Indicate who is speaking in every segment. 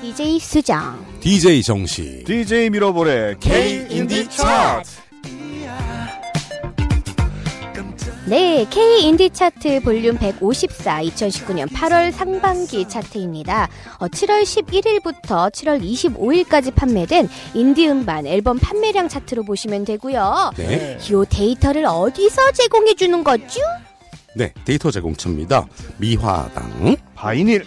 Speaker 1: DJ 수정.
Speaker 2: DJ 정식.
Speaker 3: DJ 미러볼의 K 인디 차트.
Speaker 1: 네, K 인디 차트 볼륨 154 2019년 8월 상반기 차트입니다. 어, 7월 11일부터 7월 25일까지 판매된 인디 음반 앨범 판매량 차트로 보시면 되고요.
Speaker 2: 네.
Speaker 1: 요 데이터를 어디서 제공해 주는 거죠?
Speaker 2: 네. 데이터 제공처입니다. 미화당,
Speaker 3: 바이닐,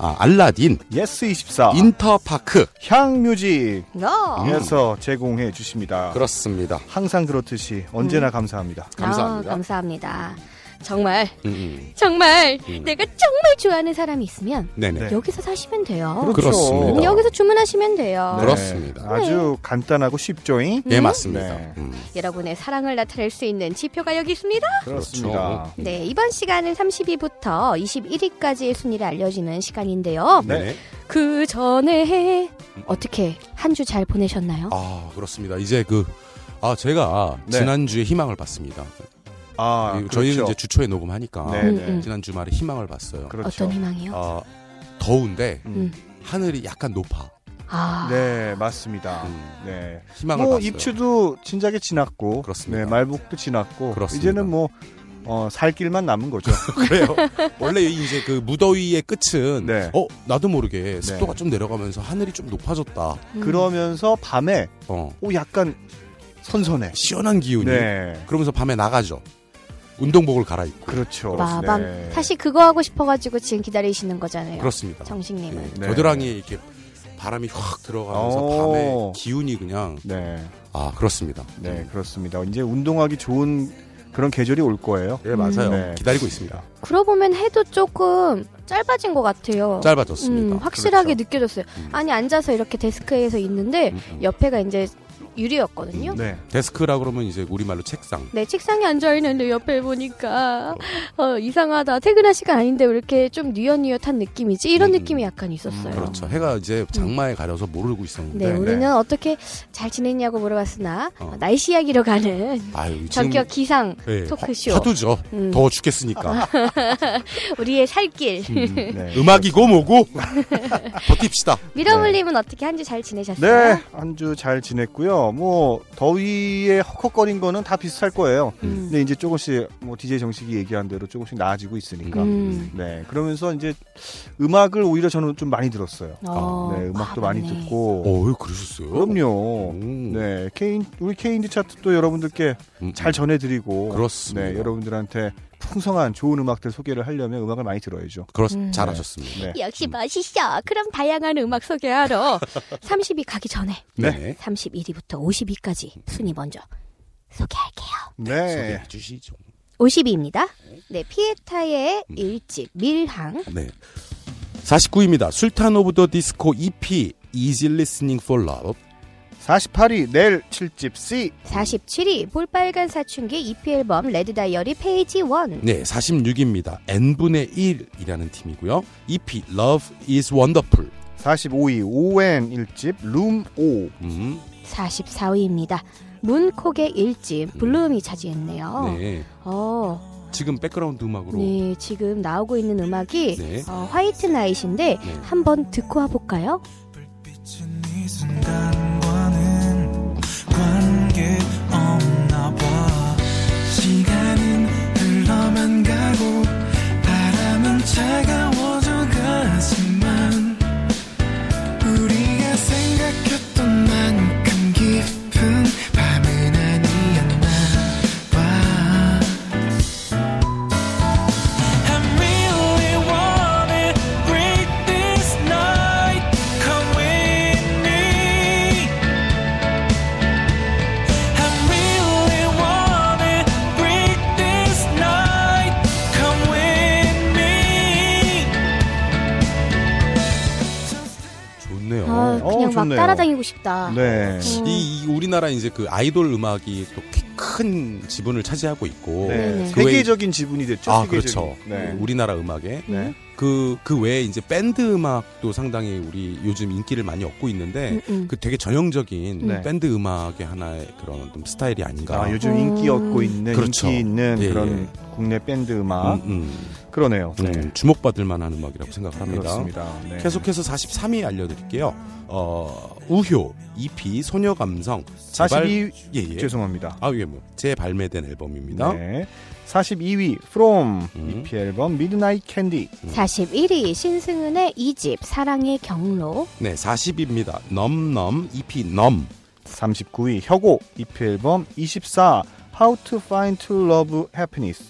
Speaker 2: 아, 알라딘,
Speaker 3: 예스24,
Speaker 2: 인터파크.
Speaker 3: 향뮤직에서
Speaker 1: 어.
Speaker 2: 음, 아.
Speaker 3: 제공해 주십니다.
Speaker 2: 그렇습니다.
Speaker 3: 항상 그렇듯이
Speaker 1: 음.
Speaker 3: 언제나 감사합니다.
Speaker 2: 감사합니다.
Speaker 1: 아, 감사합니다. 정말
Speaker 2: 음, 음.
Speaker 1: 정말
Speaker 2: 음.
Speaker 1: 내가 정말 좋아하는 사람이 있으면
Speaker 2: 네네.
Speaker 3: 네.
Speaker 1: 여기서 사시면 돼요.
Speaker 3: 그렇죠.
Speaker 2: 그렇습니다.
Speaker 1: 음, 여기서 주문하시면 돼요.
Speaker 2: 네. 그렇습니다.
Speaker 3: 아주 간단하고 쉽죠잉?
Speaker 2: 예, 맞습니다.
Speaker 3: 네.
Speaker 2: 음.
Speaker 1: 여러분의 사랑을 나타낼 수 있는 지표가 여기 있습니다.
Speaker 3: 그렇습니다.
Speaker 1: 네, 이번 시간은 30위부터 21위까지의 순위를 알려주는 시간인데요.
Speaker 3: 네.
Speaker 2: 네네.
Speaker 1: 그 전에 어떻게 한 주 잘 보내셨나요?
Speaker 2: 아, 그렇습니다. 이제 그, 아, 제가
Speaker 3: 네.
Speaker 2: 지난주에 희망을 봤습니다.
Speaker 3: 아,
Speaker 2: 그리고
Speaker 3: 그렇죠.
Speaker 2: 저희는 이제 주초에 녹음하니까
Speaker 3: 네, 네.
Speaker 1: 음, 음.
Speaker 2: 지난 주말에 희망을 봤어요.
Speaker 3: 그렇죠.
Speaker 1: 어떤 희망이요?
Speaker 2: 아, 더운데
Speaker 1: 음.
Speaker 2: 하늘이 약간 높아.
Speaker 1: 아,
Speaker 3: 네, 맞습니다.
Speaker 2: 음.
Speaker 3: 네.
Speaker 2: 희망을
Speaker 3: 뭐
Speaker 2: 봤어요.
Speaker 3: 입추도 진작에 지났고,
Speaker 2: 그렇습니다.
Speaker 3: 네, 말복도 지났고,
Speaker 2: 그렇습니다.
Speaker 3: 이제는 뭐 어, 살 길만 남은 거죠.
Speaker 2: 그래요. 원래 이제 그 무더위의 끝은
Speaker 3: 네.
Speaker 2: 어 나도 모르게 습도가 좀 내려가면서 하늘이 좀 높아졌다.
Speaker 1: 음.
Speaker 3: 그러면서 밤에
Speaker 2: 어
Speaker 3: 오 약간 선선해.
Speaker 2: 시원한 기운이.
Speaker 3: 네.
Speaker 2: 그러면서 밤에 나가죠. 운동복을 갈아입고.
Speaker 3: 그렇죠.
Speaker 1: 마밤
Speaker 3: 네. 그렇죠.
Speaker 1: 다시 그거 하고 싶어가지고 지금 기다리시는 거잖아요.
Speaker 2: 그렇습니다.
Speaker 1: 정식님은
Speaker 2: 예,
Speaker 3: 네.
Speaker 2: 겨드랑이에 이렇게 바람이 확 들어가면서
Speaker 3: 오.
Speaker 2: 밤에 기운이 그냥
Speaker 3: 네.
Speaker 2: 아 그렇습니다.
Speaker 3: 네,
Speaker 2: 음.
Speaker 3: 그렇습니다. 이제 운동하기 좋은 그런 계절이 올 거예요.
Speaker 2: 네 맞아요.
Speaker 3: 네.
Speaker 2: 기다리고 있습니다.
Speaker 1: 그러고 보면 해도 조금 짧아진 것 같아요.
Speaker 2: 짧아졌습니다.
Speaker 1: 음, 확실하게
Speaker 3: 그렇죠.
Speaker 1: 느껴졌어요.
Speaker 2: 음.
Speaker 1: 아니 앉아서 이렇게 데스크에서 있는데
Speaker 2: 음, 음.
Speaker 1: 옆에가 이제 유리였거든요.
Speaker 3: 네.
Speaker 2: 데스크라 그러면 이제 우리말로 책상.
Speaker 1: 내 네, 책상에 앉아 있는데 옆에 보니까 어, 이상하다. 퇴근할 시간 아닌데 왜 이렇게 좀 뉘엿뉘엿한 느낌이지? 이런
Speaker 2: 음, 음.
Speaker 1: 느낌이 약간 있었어요.
Speaker 2: 그렇죠. 해가 이제 장마에 가려서 모르고 있었는데.
Speaker 1: 음. 네,
Speaker 3: 네,
Speaker 1: 우리는
Speaker 3: 네.
Speaker 1: 어떻게 잘 지냈냐고 물어봤으나
Speaker 2: 어.
Speaker 1: 날씨 이야기로 가는
Speaker 2: 아유 지금
Speaker 1: 전격 기상
Speaker 2: 예,
Speaker 1: 토크쇼.
Speaker 2: 화- 화두죠.
Speaker 1: 음.
Speaker 2: 더워 죽겠으니까.
Speaker 1: 우리의 살길.
Speaker 2: 음.
Speaker 3: 네.
Speaker 2: 음악이고 뭐고 버팁시다.
Speaker 1: 미러블님은 어떻게 한지 잘 지내셨어요?
Speaker 3: 네, 한 주 잘 지냈고요. 뭐 더위에 헉헉거린 거는 다 비슷할 거예요.
Speaker 1: 음.
Speaker 3: 근데 이제 조금씩 뭐 DJ 정식이 얘기한 대로 조금씩 나아지고 있으니까.
Speaker 1: 음.
Speaker 3: 네, 그러면서 이제 음악을 오히려 저는 좀 많이 들었어요.
Speaker 1: 어,
Speaker 3: 네, 음악도
Speaker 1: 아,
Speaker 3: 많이
Speaker 1: 맞네.
Speaker 3: 듣고.
Speaker 2: 어, 왜 그러셨어요? 음. 오.
Speaker 3: 그럼요. 네, 케인 우리 케인디 차트도 여러분들께
Speaker 2: 음,
Speaker 3: 잘 전해드리고.
Speaker 2: 그렇습니다.
Speaker 3: 네, 여러분들한테 풍성한 좋은 음악들 소개를 하려면 음악을 많이 들어야죠.
Speaker 2: 그렇
Speaker 1: 음.
Speaker 2: 잘하셨습니다.
Speaker 3: 네.
Speaker 1: 역시 멋있어. 그럼 다양한 음악 소개하러 30위 가기 전에
Speaker 2: 네.
Speaker 1: 31위부터 50위까지 순위 먼저 소개할게요.
Speaker 3: 네.
Speaker 2: 소개해 주시죠.
Speaker 1: 50위입니다. 네, 피에타의 일집 밀항.
Speaker 2: 네. 49입니다. 술탄 오브 더 디스코 EP Easy Listening for Love.
Speaker 3: 48위 넬 7집 C
Speaker 1: 47위 볼빨간 사춘기 EP 앨범 레드 다이어리 페이지 1.
Speaker 2: 네, 46입니다. N분의 1이라는 팀이고요. EP Love is Wonderful.
Speaker 3: 45위 ON 1집 룸 5.
Speaker 2: 음.
Speaker 1: 44위입니다. 문콕의 일집 블룸이 차지했네요.
Speaker 2: 네.
Speaker 1: 어,
Speaker 2: 지금 백그라운드 음악으로
Speaker 1: 네, 지금 나오고 있는 음악이
Speaker 2: 네.
Speaker 1: 어, 화이트 나잇인데
Speaker 2: 네.
Speaker 1: 한번 듣고 와볼까요?
Speaker 4: 비친 이 순간과는 관계 없나 봐 시간은 흘러만 가고 바람은 차가워져 가지만 우리가 생각했던 만큼 깊은 밤은 아니었나 봐 I really wanna break this night. Come with me. I really wanna break this night. Come with me.
Speaker 2: 좋네요.
Speaker 1: 아,
Speaker 3: 어,
Speaker 1: 그냥 막
Speaker 3: 좋네요.
Speaker 1: 따라다니고 싶다.
Speaker 3: 네.
Speaker 1: 음.
Speaker 2: 이, 이 우리나라 이제 그 아이돌 음악이 또 큰 지분을 차지하고 있고
Speaker 3: 네.
Speaker 1: 네네.
Speaker 3: 세계적인 지분이 됐죠.
Speaker 2: 아
Speaker 3: 세계적인.
Speaker 2: 그렇죠
Speaker 3: 네.
Speaker 2: 우리나라 음악에
Speaker 3: 네.
Speaker 2: 그 그 외에 이제 밴드 음악도 상당히 우리 요즘 인기를 많이 얻고 있는데
Speaker 1: 음, 음.
Speaker 2: 그 되게 전형적인
Speaker 3: 네.
Speaker 2: 밴드 음악의 하나의 그런 좀 스타일이 아닌가
Speaker 3: 아, 요즘
Speaker 1: 음.
Speaker 3: 인기 얻고 있는
Speaker 2: 그렇죠.
Speaker 3: 인기 있는
Speaker 2: 예,
Speaker 3: 그런 국내 밴드 음악
Speaker 2: 음, 음.
Speaker 3: 아? 그러네요.
Speaker 2: 음, 주목받을 만한 음악이라고 생각합니다.
Speaker 3: 그렇습니다. 네.
Speaker 2: 계속해서 43위 알려드릴게요. 어, 우효, EP, 소녀감성,
Speaker 3: 42
Speaker 2: 예, 예.
Speaker 3: 죄송합니다.
Speaker 2: 아, 예, 뭐, 재발매된 앨범입니다.
Speaker 3: 네. 42위 From
Speaker 2: 음.
Speaker 3: EP 앨범 미드나잇 캔디.
Speaker 1: 41위 신승은의 이집 사랑의 경로
Speaker 2: 네, 40입니다. 넘넘 EP 넘.
Speaker 3: 39위 혁오 EP 앨범 24 How to Find True Love Happiness.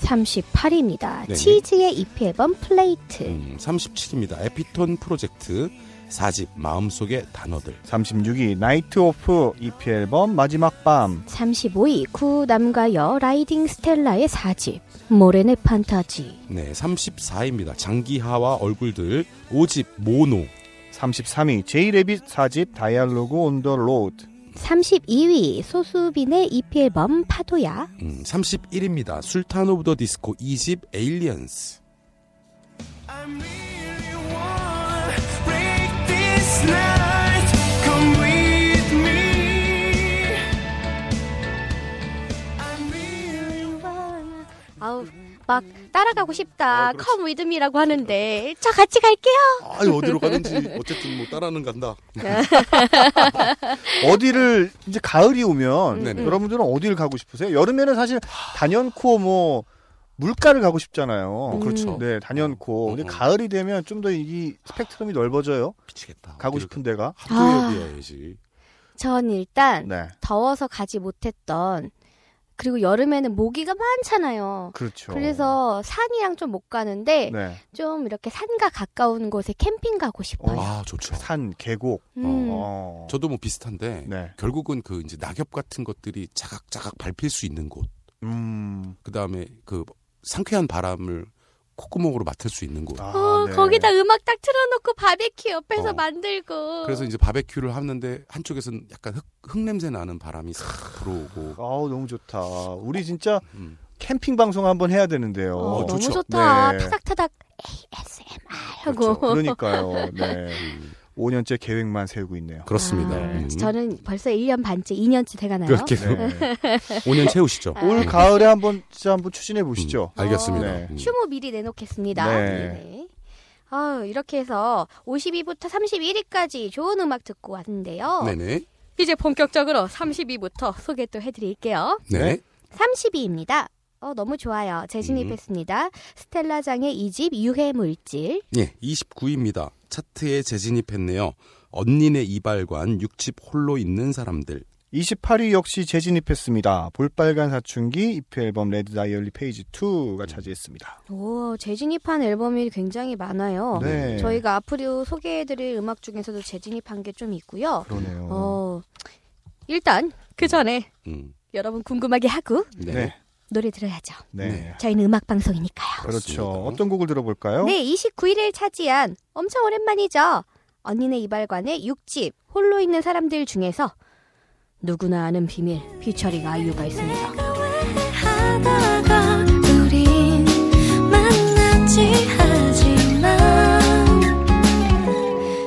Speaker 1: 38위입니다.
Speaker 2: 네.
Speaker 1: 치즈의 EP 앨범 플레이트
Speaker 2: 음, 37입니다. 에피톤 프로젝트 4집 마음속의 단어들.
Speaker 3: 36위 나이트 오프 EP 앨범 마지막 밤.
Speaker 1: 35위 구남과 여 라이딩 스텔라의 4집 모레네 판타지
Speaker 2: 네, 34입니다. 장기하와 얼굴들 5집 모노.
Speaker 3: 33위 제이레빗 4집 다이얼로그 온 더 로드.
Speaker 1: 32위 소수빈의 EP 앨범 파도야
Speaker 2: 음, 31입니다. 술탄 오브 더 디스코 2집 에일리언스.
Speaker 4: I really wanna break this night. Come with me. I really
Speaker 1: 아우 막 따라가고
Speaker 3: 아,
Speaker 1: 싶다 컴 위드미라고 하는데 저 같이 갈게요
Speaker 2: 아, 어디로 가는지 어쨌든 뭐 따라는 간다.
Speaker 3: 어디를 이제 가을이 오면
Speaker 2: 네네.
Speaker 3: 여러분들은 어디를 가고 싶으세요? 여름에는 사실 단연코 뭐 물가를 가고 싶잖아요.
Speaker 2: 그렇죠.
Speaker 3: 네, 단연코. 근데
Speaker 2: 음, 음.
Speaker 3: 가을이 되면 좀 더 이 스펙트럼이 넓어져요.
Speaker 2: 미치겠다.
Speaker 3: 가고 싶은 데가.
Speaker 2: 학교역이어야지.
Speaker 1: 전 일단
Speaker 3: 네,
Speaker 1: 더워서 가지 못했던 그리고 여름에는 모기가 많잖아요
Speaker 3: 그렇죠.
Speaker 1: 그래서 산이랑 좀 못 가는데
Speaker 3: 네,
Speaker 1: 좀 이렇게 산과 가까운 곳에 캠핑 가고 싶어요.
Speaker 2: 아, 좋죠.
Speaker 3: 산, 계곡.
Speaker 1: 음.
Speaker 3: 어.
Speaker 2: 저도 뭐 비슷한데
Speaker 3: 네.
Speaker 2: 결국은 그 이제 낙엽 같은 것들이 자각자각 밟힐 수 있는 곳.
Speaker 3: 음.
Speaker 2: 그다음에 그 상쾌한 바람을 콧구멍으로 맡을 수 있는 곳.
Speaker 3: 아,
Speaker 1: 어,
Speaker 3: 네.
Speaker 1: 거기다 음악 딱 틀어놓고 바베큐 옆에서
Speaker 2: 어.
Speaker 1: 만들고.
Speaker 2: 그래서 이제 바베큐를 하는데 한쪽에서는 약간 흙, 흙 냄새 나는 바람이 싹 불어오고.
Speaker 3: 아우 너무 좋다. 우리 진짜
Speaker 2: 음.
Speaker 3: 캠핑 방송 한번 해야 되는데요.
Speaker 1: 어,
Speaker 2: 어,
Speaker 1: 너무
Speaker 2: 좋죠.
Speaker 1: 좋다.
Speaker 3: 네.
Speaker 1: 타닥타닥 ASMR
Speaker 3: 그렇죠.
Speaker 1: 하고.
Speaker 3: 그러니까요. 네.
Speaker 2: 음,
Speaker 3: 5년째 계획만 세우고 있네요.
Speaker 2: 그렇습니다.
Speaker 1: 아,
Speaker 2: 음.
Speaker 1: 저는 벌써 1년 반째, 2년째 돼가나요?
Speaker 2: 그렇게
Speaker 3: 네.
Speaker 2: 5년 채우시죠.
Speaker 3: 올
Speaker 2: 음.
Speaker 3: 가을에 한번 진짜 한번 추진해 보시죠.
Speaker 2: 음, 알겠습니다.
Speaker 3: 네.
Speaker 2: 음.
Speaker 1: 휴무 미리 내놓겠습니다.
Speaker 3: 네.
Speaker 1: 네네. 아유, 이렇게 해서 52부터 31위까지 좋은 음악 듣고 왔는데요.
Speaker 2: 네네.
Speaker 1: 이제 본격적으로 32부터 소개 또 해드릴게요.
Speaker 2: 네.
Speaker 1: 30위입니다. 어, 너무 좋아요.
Speaker 2: 음.
Speaker 1: 재진입했습니다. 스텔라장의 이 집 유해물질.
Speaker 3: 네.
Speaker 2: 예, 29위입니다. 차트에 재진입했네요. 언니네 이발관 6집 홀로 있는 사람들.
Speaker 3: 28위 역시 재진입했습니다. 볼빨간 사춘기 EP 앨범 레드 다이얼리 페이지
Speaker 2: 음.
Speaker 3: 2가 차지했습니다.
Speaker 1: 오, 재진입한 앨범이 굉장히 많아요.
Speaker 3: 네.
Speaker 1: 어, 저희가 앞으로 소개해드릴 음악 중에서도 재진입한 게 좀 있고요.
Speaker 3: 그러네요.
Speaker 1: 어, 일단 그 전에
Speaker 2: 음.
Speaker 1: 여러분 궁금하게 하고
Speaker 2: 네.
Speaker 3: 네. 네.
Speaker 1: 노래 들어야죠.
Speaker 2: 네.
Speaker 1: 저희는 음악 방송이니까요.
Speaker 3: 그렇죠.
Speaker 2: 그렇습니다.
Speaker 3: 어떤 곡을 들어볼까요?
Speaker 1: 네, 29일을 차지한 엄청 오랜만이죠. 언니네 이발관의 6집 홀로 있는 사람들 중에서 누구나 아는 비밀 피처링 아이유가 있습니다.
Speaker 5: 하다가 우린 만났지 하지만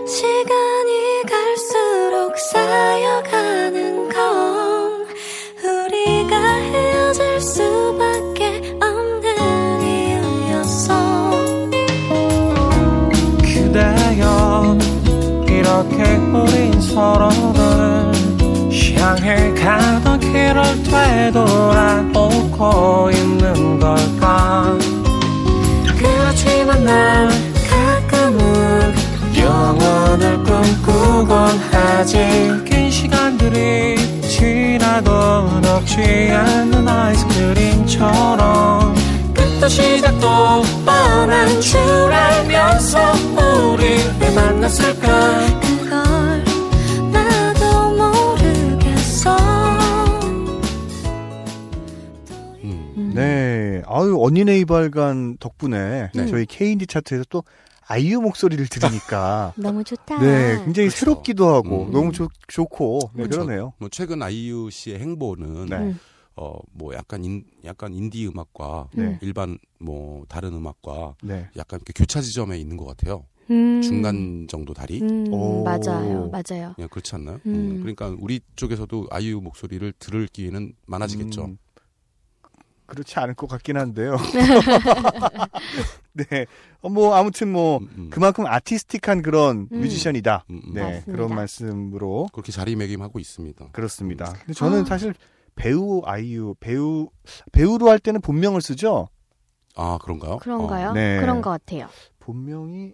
Speaker 5: 시간이 갈수록 쌓여가는 건 우리가 헤어질 수밖에 없는 이유였어
Speaker 4: 그대여 이렇게 우린 서로를 향해 가던 길을 되돌아오고 있는 걸까 그렇지만 난 가끔은 영원을 꿈꾸곤 하지 긴 시간들이 지나도 녹지 않는 아이스크림처럼 끝도 시작도 뻔한 줄 알면서 우리 왜 만났을까
Speaker 5: 그걸 나도 모르겠어
Speaker 2: 음.
Speaker 1: 음.
Speaker 3: 네. 아유, 언니네 이발관 덕분에
Speaker 2: 네.
Speaker 3: 저희 K&D 차트에서 또 아이유 목소리를 들으니까
Speaker 1: 너무 좋다.
Speaker 3: 네, 굉장히
Speaker 2: 그렇죠.
Speaker 3: 새롭기도 하고
Speaker 2: 음.
Speaker 3: 너무 좋, 좋고 네,
Speaker 2: 그렇죠.
Speaker 3: 그러네요.
Speaker 2: 뭐 최근 아이유 씨의 행보는
Speaker 3: 네.
Speaker 1: 음.
Speaker 2: 어 뭐 약간 인 약간 인디 음악과
Speaker 3: 네.
Speaker 2: 일반 뭐 다른 음악과
Speaker 3: 네.
Speaker 2: 약간 이렇게 교차 지점에 있는 것 같아요.
Speaker 1: 음.
Speaker 2: 중간 정도 다리.
Speaker 1: 음,
Speaker 3: 오.
Speaker 1: 맞아요, 맞아요.
Speaker 2: 예, 그냥 그렇지 않나요?
Speaker 1: 음.
Speaker 2: 음, 그러니까 우리 쪽에서도 아이유 목소리를 들을 기회는 많아지겠죠.
Speaker 3: 음, 그렇지 않을 것 같긴 한데요. 네. 어, 뭐, 아무튼 뭐,
Speaker 2: 음,
Speaker 3: 그만큼 아티스틱한 그런
Speaker 1: 음.
Speaker 3: 뮤지션이다.
Speaker 2: 음, 음.
Speaker 3: 네.
Speaker 1: 맞습니다.
Speaker 3: 그런 말씀으로.
Speaker 2: 그렇게 자리매김하고 있습니다.
Speaker 3: 그렇습니다. 아. 근데 저는 사실 배우, 아이유, 배우, 배우로 할 때는 본명을 쓰죠?
Speaker 2: 아 그런가요?
Speaker 1: 그런가요?
Speaker 3: 어, 네.
Speaker 1: 그런 것 같아요.
Speaker 3: 본명이.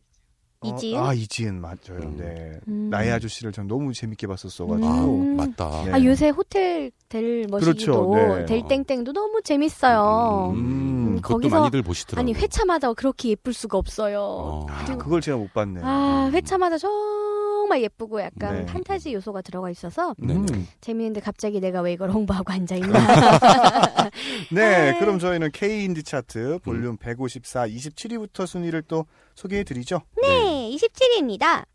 Speaker 3: 어,
Speaker 1: 이지은?
Speaker 3: 아, 이지은, 맞아요.
Speaker 2: 음.
Speaker 3: 네.
Speaker 1: 음.
Speaker 3: 나의 아저씨를 전 너무 재밌게
Speaker 2: 어. 아
Speaker 3: 봤었어가지고.
Speaker 1: 음.
Speaker 2: 맞다.
Speaker 3: 네.
Speaker 1: 아, 요새 호텔 델 머시기도
Speaker 3: 그렇죠, 네.
Speaker 1: 델 땡땡도 너무 재밌어요.
Speaker 2: 음,
Speaker 3: 음.
Speaker 2: 그것도
Speaker 1: 거기서-
Speaker 2: 많이들 보시더라고요.
Speaker 1: 아니 회차마다 그렇게 예쁠 수가 없어요.
Speaker 2: 어.
Speaker 3: 아, 그걸 제가 못 봤네.
Speaker 1: 아 회차마다 정말 예쁘고 약간
Speaker 3: 네.
Speaker 1: 판타지 요소가 들어가 있어서
Speaker 3: 음.
Speaker 1: 재미있는데 갑자기 내가 왜 이걸 홍보하고 앉아 있나?
Speaker 3: 네,
Speaker 1: 네.
Speaker 3: 그럼 저희는 K인디 차트 볼륨 154, 27위부터 순위를 또 소개해 드리죠.
Speaker 1: 네, 27위입니다.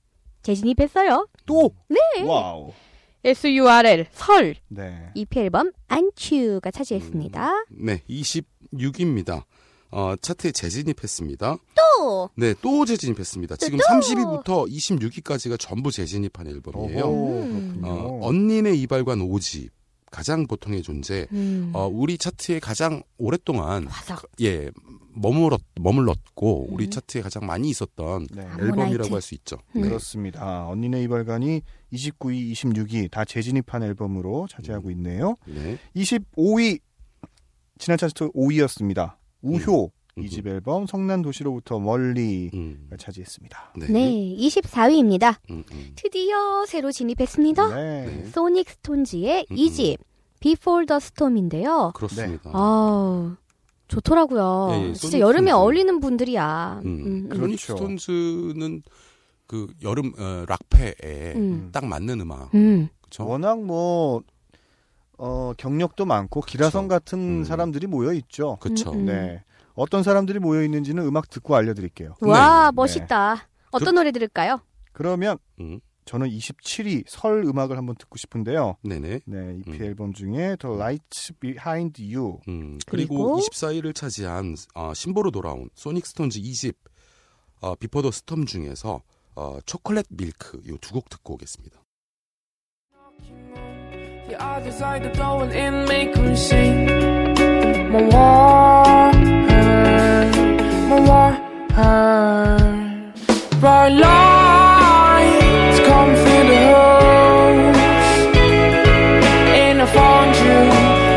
Speaker 1: 재진입했어요.
Speaker 3: 또! 네! 와우.
Speaker 1: S.U.R.L. 설
Speaker 3: 네.
Speaker 1: EP E 앨범 안츄가 차지했습니다.
Speaker 2: 네, 26위입니다. 어, 차트에 재진입했습니다.
Speaker 1: 또
Speaker 2: 네, 또 재진입했습니다.
Speaker 1: 네,
Speaker 2: 지금 30위부터 26위까지가 전부 재진입한
Speaker 3: 예.
Speaker 2: 앨범이에요.
Speaker 3: 오호,
Speaker 1: 음.
Speaker 2: 어,
Speaker 3: 그렇군요.
Speaker 2: 언니네 이발관 오집 가장 보통의 존재.
Speaker 1: 음,
Speaker 2: 어, 우리 차트에 가장 오랫동안
Speaker 1: 화석
Speaker 2: 예 머물렀 머물렀고
Speaker 1: 아. 음.
Speaker 2: 우리 차트에 가장 많이 있었던
Speaker 3: 네.
Speaker 1: 아, 모나이트.
Speaker 2: 앨범이라고 할 수 있죠.
Speaker 1: 음.
Speaker 2: 네.
Speaker 3: 그렇습니다. 아, 언니네 이발관이 29위, 26위 다 재진입한 앨범으로 차지하고 있네요.
Speaker 2: 네.
Speaker 3: 25위 지난 차트 5위였습니다. 우효
Speaker 2: 음.
Speaker 3: 이집 앨범 성난 도시로부터 멀리
Speaker 2: 음.
Speaker 3: 가 차지했습니다.
Speaker 2: 네.
Speaker 1: 네, 24위입니다.
Speaker 2: 음, 음.
Speaker 1: 드디어 새로 진입했습니다.
Speaker 3: 네.
Speaker 1: 소닉 스톤즈의
Speaker 2: 음, 음.
Speaker 1: 2집 Before the Storm인데요.
Speaker 2: 그렇습니다.
Speaker 1: 아우 좋더라고요.
Speaker 2: 예, 예,
Speaker 1: 진짜
Speaker 2: 소닉
Speaker 1: 여름에
Speaker 2: 스톤즈.
Speaker 1: 어울리는 분들이야.
Speaker 2: 음.
Speaker 1: 음, 음.
Speaker 2: 그러니
Speaker 3: 그렇죠.
Speaker 2: 스톤즈는 그 여름 어, 락패에
Speaker 1: 음.
Speaker 2: 딱 맞는 음악.
Speaker 1: 음.
Speaker 2: 그렇죠?
Speaker 3: 워낙 뭐 어, 경력도 많고 기라성 같은
Speaker 2: 음.
Speaker 3: 사람들이 모여 있죠.
Speaker 2: 그렇죠.
Speaker 1: 음, 음.
Speaker 3: 네. 어떤 사람들이 모여 있는지는 음악 듣고 알려드릴게요.
Speaker 1: 와
Speaker 3: 네.
Speaker 1: 멋있다. 어떤
Speaker 2: 그-
Speaker 1: 노래 들을까요?
Speaker 3: 그러면
Speaker 2: 음.
Speaker 3: 저는 27위 설 음악을 한번 듣고 싶은데요.
Speaker 2: 네네.
Speaker 3: 네, EP
Speaker 2: 음.
Speaker 3: 앨범 중에 The Lights Behind You.
Speaker 2: 음, 그리고,
Speaker 1: 그리고
Speaker 2: 24위를 차지한 아, 신보로 돌아온 소닉 스톤즈 2집 어, 비포 더 스톰 중에서 어, 초콜릿 밀크 이 두 곡 듣고 오겠습니다.
Speaker 4: The other side of the door and make her see my water, my water. Bright lights come through the holes, and I found you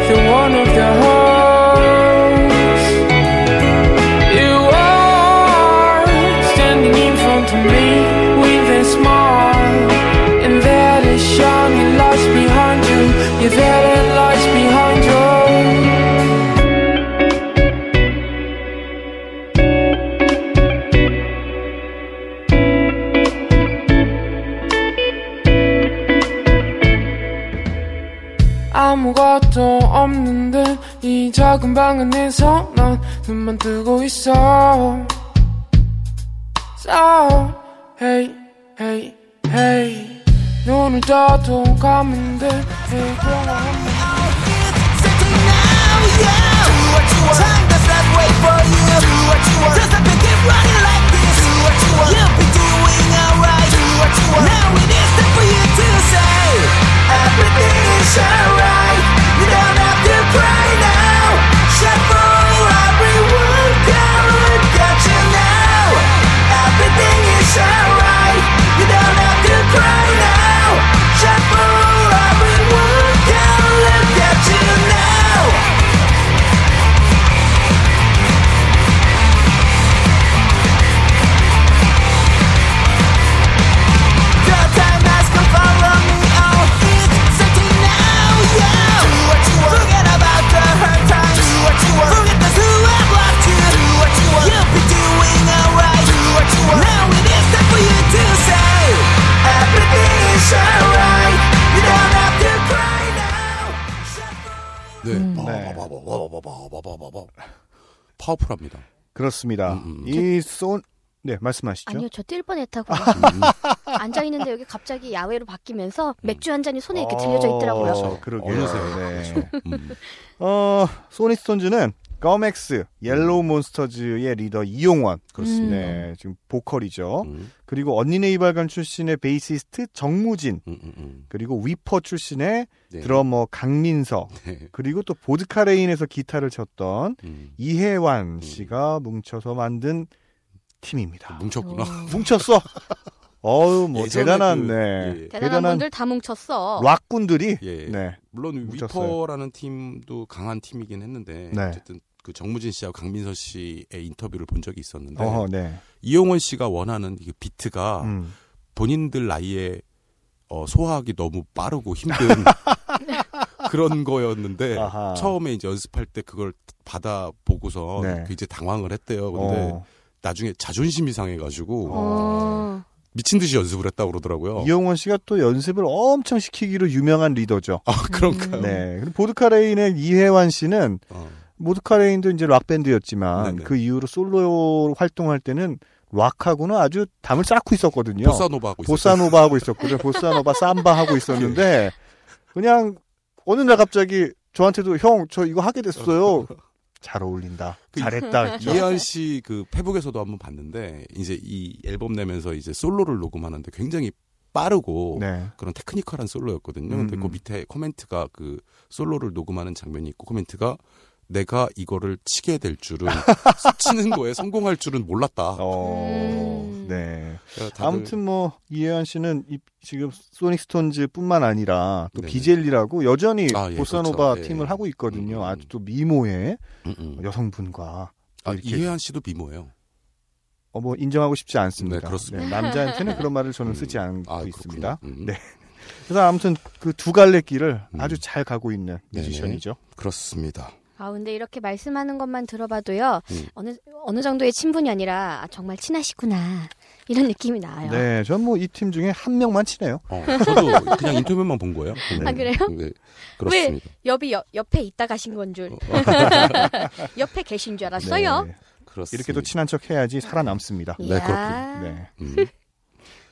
Speaker 4: through one of the holes. You are standing in front of me with a smile. And there the shining lights behind you. Yeah, there the lights behind you. 아무것도 없는 듯이 작은 방 안에서 난 눈만 뜨고 있어 So hey hey hey 눈을 떠도 감은 듯 해공허한
Speaker 6: Alright, you don't have to cry now. Shuffle everyone down, look at you now. The time has come, follow me. Oh, it's starting now, yeah. Do what you want. Forget about the hard times. Do what you want. Forget the who have loved you. Do what you want. You'll be doing alright. Do what you want. Now it is time for you to say everything is alright. You don't have to cry now.
Speaker 2: 네.
Speaker 3: 네.
Speaker 2: 바바바바바바바바바바바. 파워풀합니다.
Speaker 3: 그렇습니다.
Speaker 2: 음, 음.
Speaker 3: 이 쏜, 네, 말씀하시죠.
Speaker 1: 아니요 저 뛸 뻔했다고
Speaker 2: 음.
Speaker 1: 앉아 있는데 여기 갑자기 야외로 바뀌면서 맥주 한 잔이 손에
Speaker 2: 어,
Speaker 3: 어,
Speaker 1: 이렇게 들려져 있더라고요.
Speaker 3: 그러게요.
Speaker 2: 어느새.
Speaker 3: 네.
Speaker 2: 그렇죠. 음.
Speaker 3: 어, 네. 소니스톤즈는 껌엑스, 옐로우 몬스터즈의 리더 이용원.
Speaker 2: 그렇습니다.
Speaker 1: 음.
Speaker 3: 네, 지금 보컬이죠.
Speaker 2: 음,
Speaker 3: 그리고 언니네 이발관 출신의 베이시스트 정무진.
Speaker 2: 음, 음, 음.
Speaker 3: 그리고 위퍼 출신의
Speaker 2: 네.
Speaker 3: 드러머 강민서.
Speaker 2: 네.
Speaker 3: 그리고 또 보드카레인에서 기타를 쳤던
Speaker 2: 음.
Speaker 3: 이혜완 씨가 뭉쳐서 만든 팀입니다.
Speaker 2: 뭉쳤구나.
Speaker 3: 뭉쳤어. 어우 뭐
Speaker 2: 예전에
Speaker 3: 대단한
Speaker 2: 그-
Speaker 3: 네.
Speaker 2: 예.
Speaker 1: 대단한 분들 다 뭉쳤어.
Speaker 3: 락군들이
Speaker 2: 예.
Speaker 3: 네.
Speaker 2: 물론
Speaker 3: 뭉쳤어요.
Speaker 2: 위퍼라는 팀도 강한 팀이긴 했는데
Speaker 3: 네.
Speaker 2: 어쨌든 그 정무진 씨하고 강민선 씨의 인터뷰를 본 적이 있었는데
Speaker 3: 어허, 네.
Speaker 2: 이용원 씨가 원하는 이 비트가
Speaker 3: 음.
Speaker 2: 본인들 나이에 어, 소화하기 너무 빠르고 힘든 그런 거였는데
Speaker 3: 아하.
Speaker 2: 예. 처음에 이제 연습할 때 그걸 받아 보고서 그
Speaker 3: 네.
Speaker 2: 이제 당황을 했대요. 근데
Speaker 3: 어.
Speaker 2: 나중에 자존심이 상해가지고
Speaker 1: 어.
Speaker 2: 미친 듯이 연습을 했다 고 그러더라고요.
Speaker 3: 이용원 씨가 또 연습을 엄청 시키기로 유명한 리더죠.
Speaker 2: 아 그런가요?
Speaker 3: 네. 그리고 보드카레인의 이혜완 씨는
Speaker 2: 어,
Speaker 3: 보드카레인도 이제 락 밴드였지만
Speaker 2: 네네.
Speaker 3: 그 이후로 솔로 활동할 때는 락하고는 아주 담을 쌓고 있었거든요.
Speaker 2: 보사노바 하고 있었어요.
Speaker 3: 보사노바 하고 있었거든요. 보사노바 삼바 하고
Speaker 2: 예.
Speaker 3: 있었는데 그냥 어느 날 갑자기 저한테도 형 저 이거 하게 됐어요. 네. 잘 어울린다.
Speaker 2: 그
Speaker 3: 잘했다.
Speaker 2: 이한 씨 그 페북에서도 한번 봤는데 이제 이 앨범 내면서 이제 솔로를 녹음하는데 굉장히 빠르고
Speaker 3: 네.
Speaker 2: 그런 테크니컬한 솔로였거든요.
Speaker 3: 음,
Speaker 2: 근데
Speaker 3: 음.
Speaker 2: 그 밑에 코멘트가 그 솔로를 녹음하는 장면이 있고 코멘트가 내가 이거를 치게 될 줄은 치는 거에 성공할 줄은 몰랐다.
Speaker 3: 어.
Speaker 1: 음.
Speaker 3: 네.
Speaker 2: 그러니까 다들
Speaker 3: 아무튼 뭐 이혜연 씨는 이- 지금 소닉스톤즈뿐만 아니라 또
Speaker 2: 네네.
Speaker 3: 비젤리라고 여전히
Speaker 2: 아, 예,
Speaker 3: 보사노바
Speaker 2: 그렇죠. 예,
Speaker 3: 팀을
Speaker 2: 예.
Speaker 3: 하고 있거든요.
Speaker 2: 음, 음.
Speaker 3: 아주 또 미모의
Speaker 2: 음, 음.
Speaker 3: 여성분과
Speaker 2: 아,
Speaker 3: 이렇게-
Speaker 2: 이혜한 씨도 미모예요.
Speaker 3: 어, 뭐 인정하고 싶지 않습니다.
Speaker 2: 네, 그렇습니다.
Speaker 3: 남자한테는 그런 말을 저는
Speaker 2: 음.
Speaker 3: 쓰지 않고
Speaker 2: 아,
Speaker 3: 있습니다.
Speaker 2: 그렇군요. 음.
Speaker 3: 네. 그래서 아무튼 그 두 갈래 길을
Speaker 2: 음.
Speaker 3: 아주 잘 가고 있는
Speaker 2: 네네.
Speaker 3: 뮤지션이죠.
Speaker 2: 그렇습니다.
Speaker 1: 아 근데 이렇게 말씀하는 것만 들어봐도요
Speaker 2: 음.
Speaker 1: 어느 어느 정도의 친분이 아니라 아, 정말 친하시구나 이런 느낌이 나요.
Speaker 3: 네, 전 뭐 이 팀 중에 한 명만 친해요.
Speaker 2: 어, 저도 그냥 인터뷰만 본 거예요.
Speaker 1: 아, 그래요?
Speaker 2: 네, 그렇습니다. 어,
Speaker 1: 옆이 옆- 옆에 있다 가신 건 줄. 옆에 계신 줄 알았어요.
Speaker 3: 네.
Speaker 2: 그렇습니다.
Speaker 3: 이렇게 또 친한 척 해야지 살아남습니다.
Speaker 2: 네,
Speaker 1: 예.
Speaker 2: 그렇군요.
Speaker 3: 네.
Speaker 2: 음,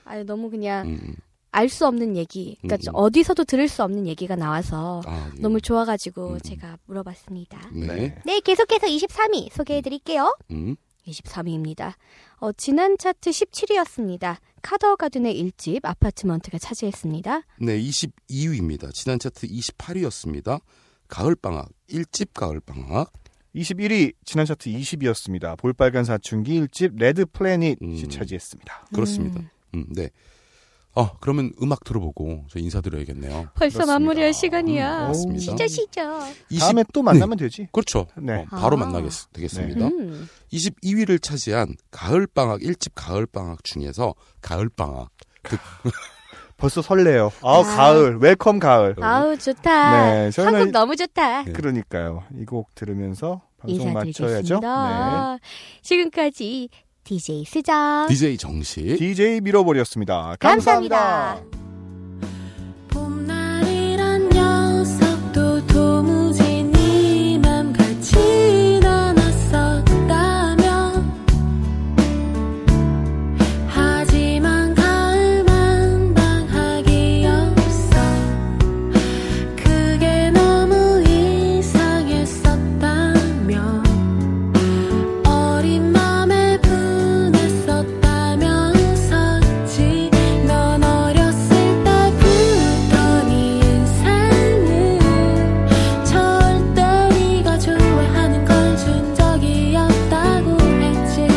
Speaker 1: 아 너무 그냥
Speaker 2: 음, 음.
Speaker 1: 알 수 없는 얘기, 그러니까
Speaker 2: 음, 음.
Speaker 1: 어디서도 들을 수 없는 얘기가 나와서
Speaker 2: 아, 예.
Speaker 1: 너무 좋아가지고
Speaker 2: 음.
Speaker 1: 제가 물어봤습니다.
Speaker 2: 네.
Speaker 3: 네.
Speaker 1: 네, 계속해서 23위 소개해드릴게요.
Speaker 2: 음.
Speaker 1: 23위입니다. 어, 지난 차트 17위였습니다. 카더가든의 일집 아파트먼트가 차지했습니다.
Speaker 2: 네, 22위입니다. 지난 차트 28위였습니다. 가을방학, 1집 가을방학.
Speaker 3: 21위 지난 차트 20위였습니다. 볼빨간 사춘기 1집 레드 플래닛이
Speaker 2: 음.
Speaker 3: 차지했습니다.
Speaker 2: 그렇습니다.
Speaker 1: 음.
Speaker 2: 음. 네. 어, 그러면 음악 들어보고 저 인사드려야겠네요.
Speaker 1: 벌써
Speaker 3: 그렇습니다.
Speaker 1: 마무리할 시간이야.
Speaker 2: 음, 맞습니다.
Speaker 1: 시죠 시죠.
Speaker 2: 20
Speaker 3: 아, 다음에 또 만나면 되지.
Speaker 2: 그렇죠.
Speaker 3: 네.
Speaker 2: 어, 바로
Speaker 1: 아.
Speaker 2: 만나겠 되겠습니다.
Speaker 1: 음.
Speaker 2: 22위를 차지한 가을방학, 1집 가을방학 중에서 가을방학.
Speaker 3: 벌써 설레요. 아우
Speaker 1: 아.
Speaker 3: 가을, 웰컴 가을.
Speaker 1: 아우 좋다.
Speaker 3: 네, 저는-
Speaker 1: 한국 너무 좋다.
Speaker 2: 어, 네.
Speaker 3: 그러니까요. 이 곡 들으면서 방송 마쳐야죠. 네.
Speaker 1: 인사드리겠습니다. 지금까지 DJ
Speaker 3: 아.
Speaker 1: 수정.
Speaker 2: DJ 정식.
Speaker 3: 네. DJ 밀어버렸습니다.
Speaker 1: 감사합니다.
Speaker 3: 감사합니다.
Speaker 5: 봄날이란 녀석도 도무지 네맘 같진 않았었다면 하지만 가을만 당하기였어 그게 너무 이상했었다면 어린 맘에 분했었다면서지 넌 어렸을 때부터 네 인생을 절대 네가 좋아하는 걸 준 적이 없다고 했지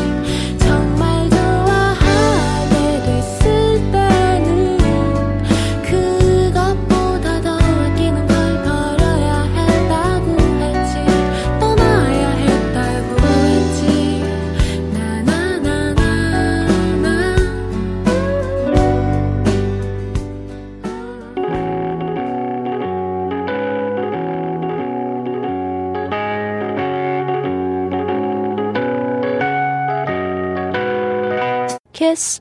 Speaker 5: 정말 좋아하게 됐을 때는 그것보다 더 아끼는 걸 버려야 했다고 했지 떠나야 했다고 했지 나나나나나
Speaker 7: Kiss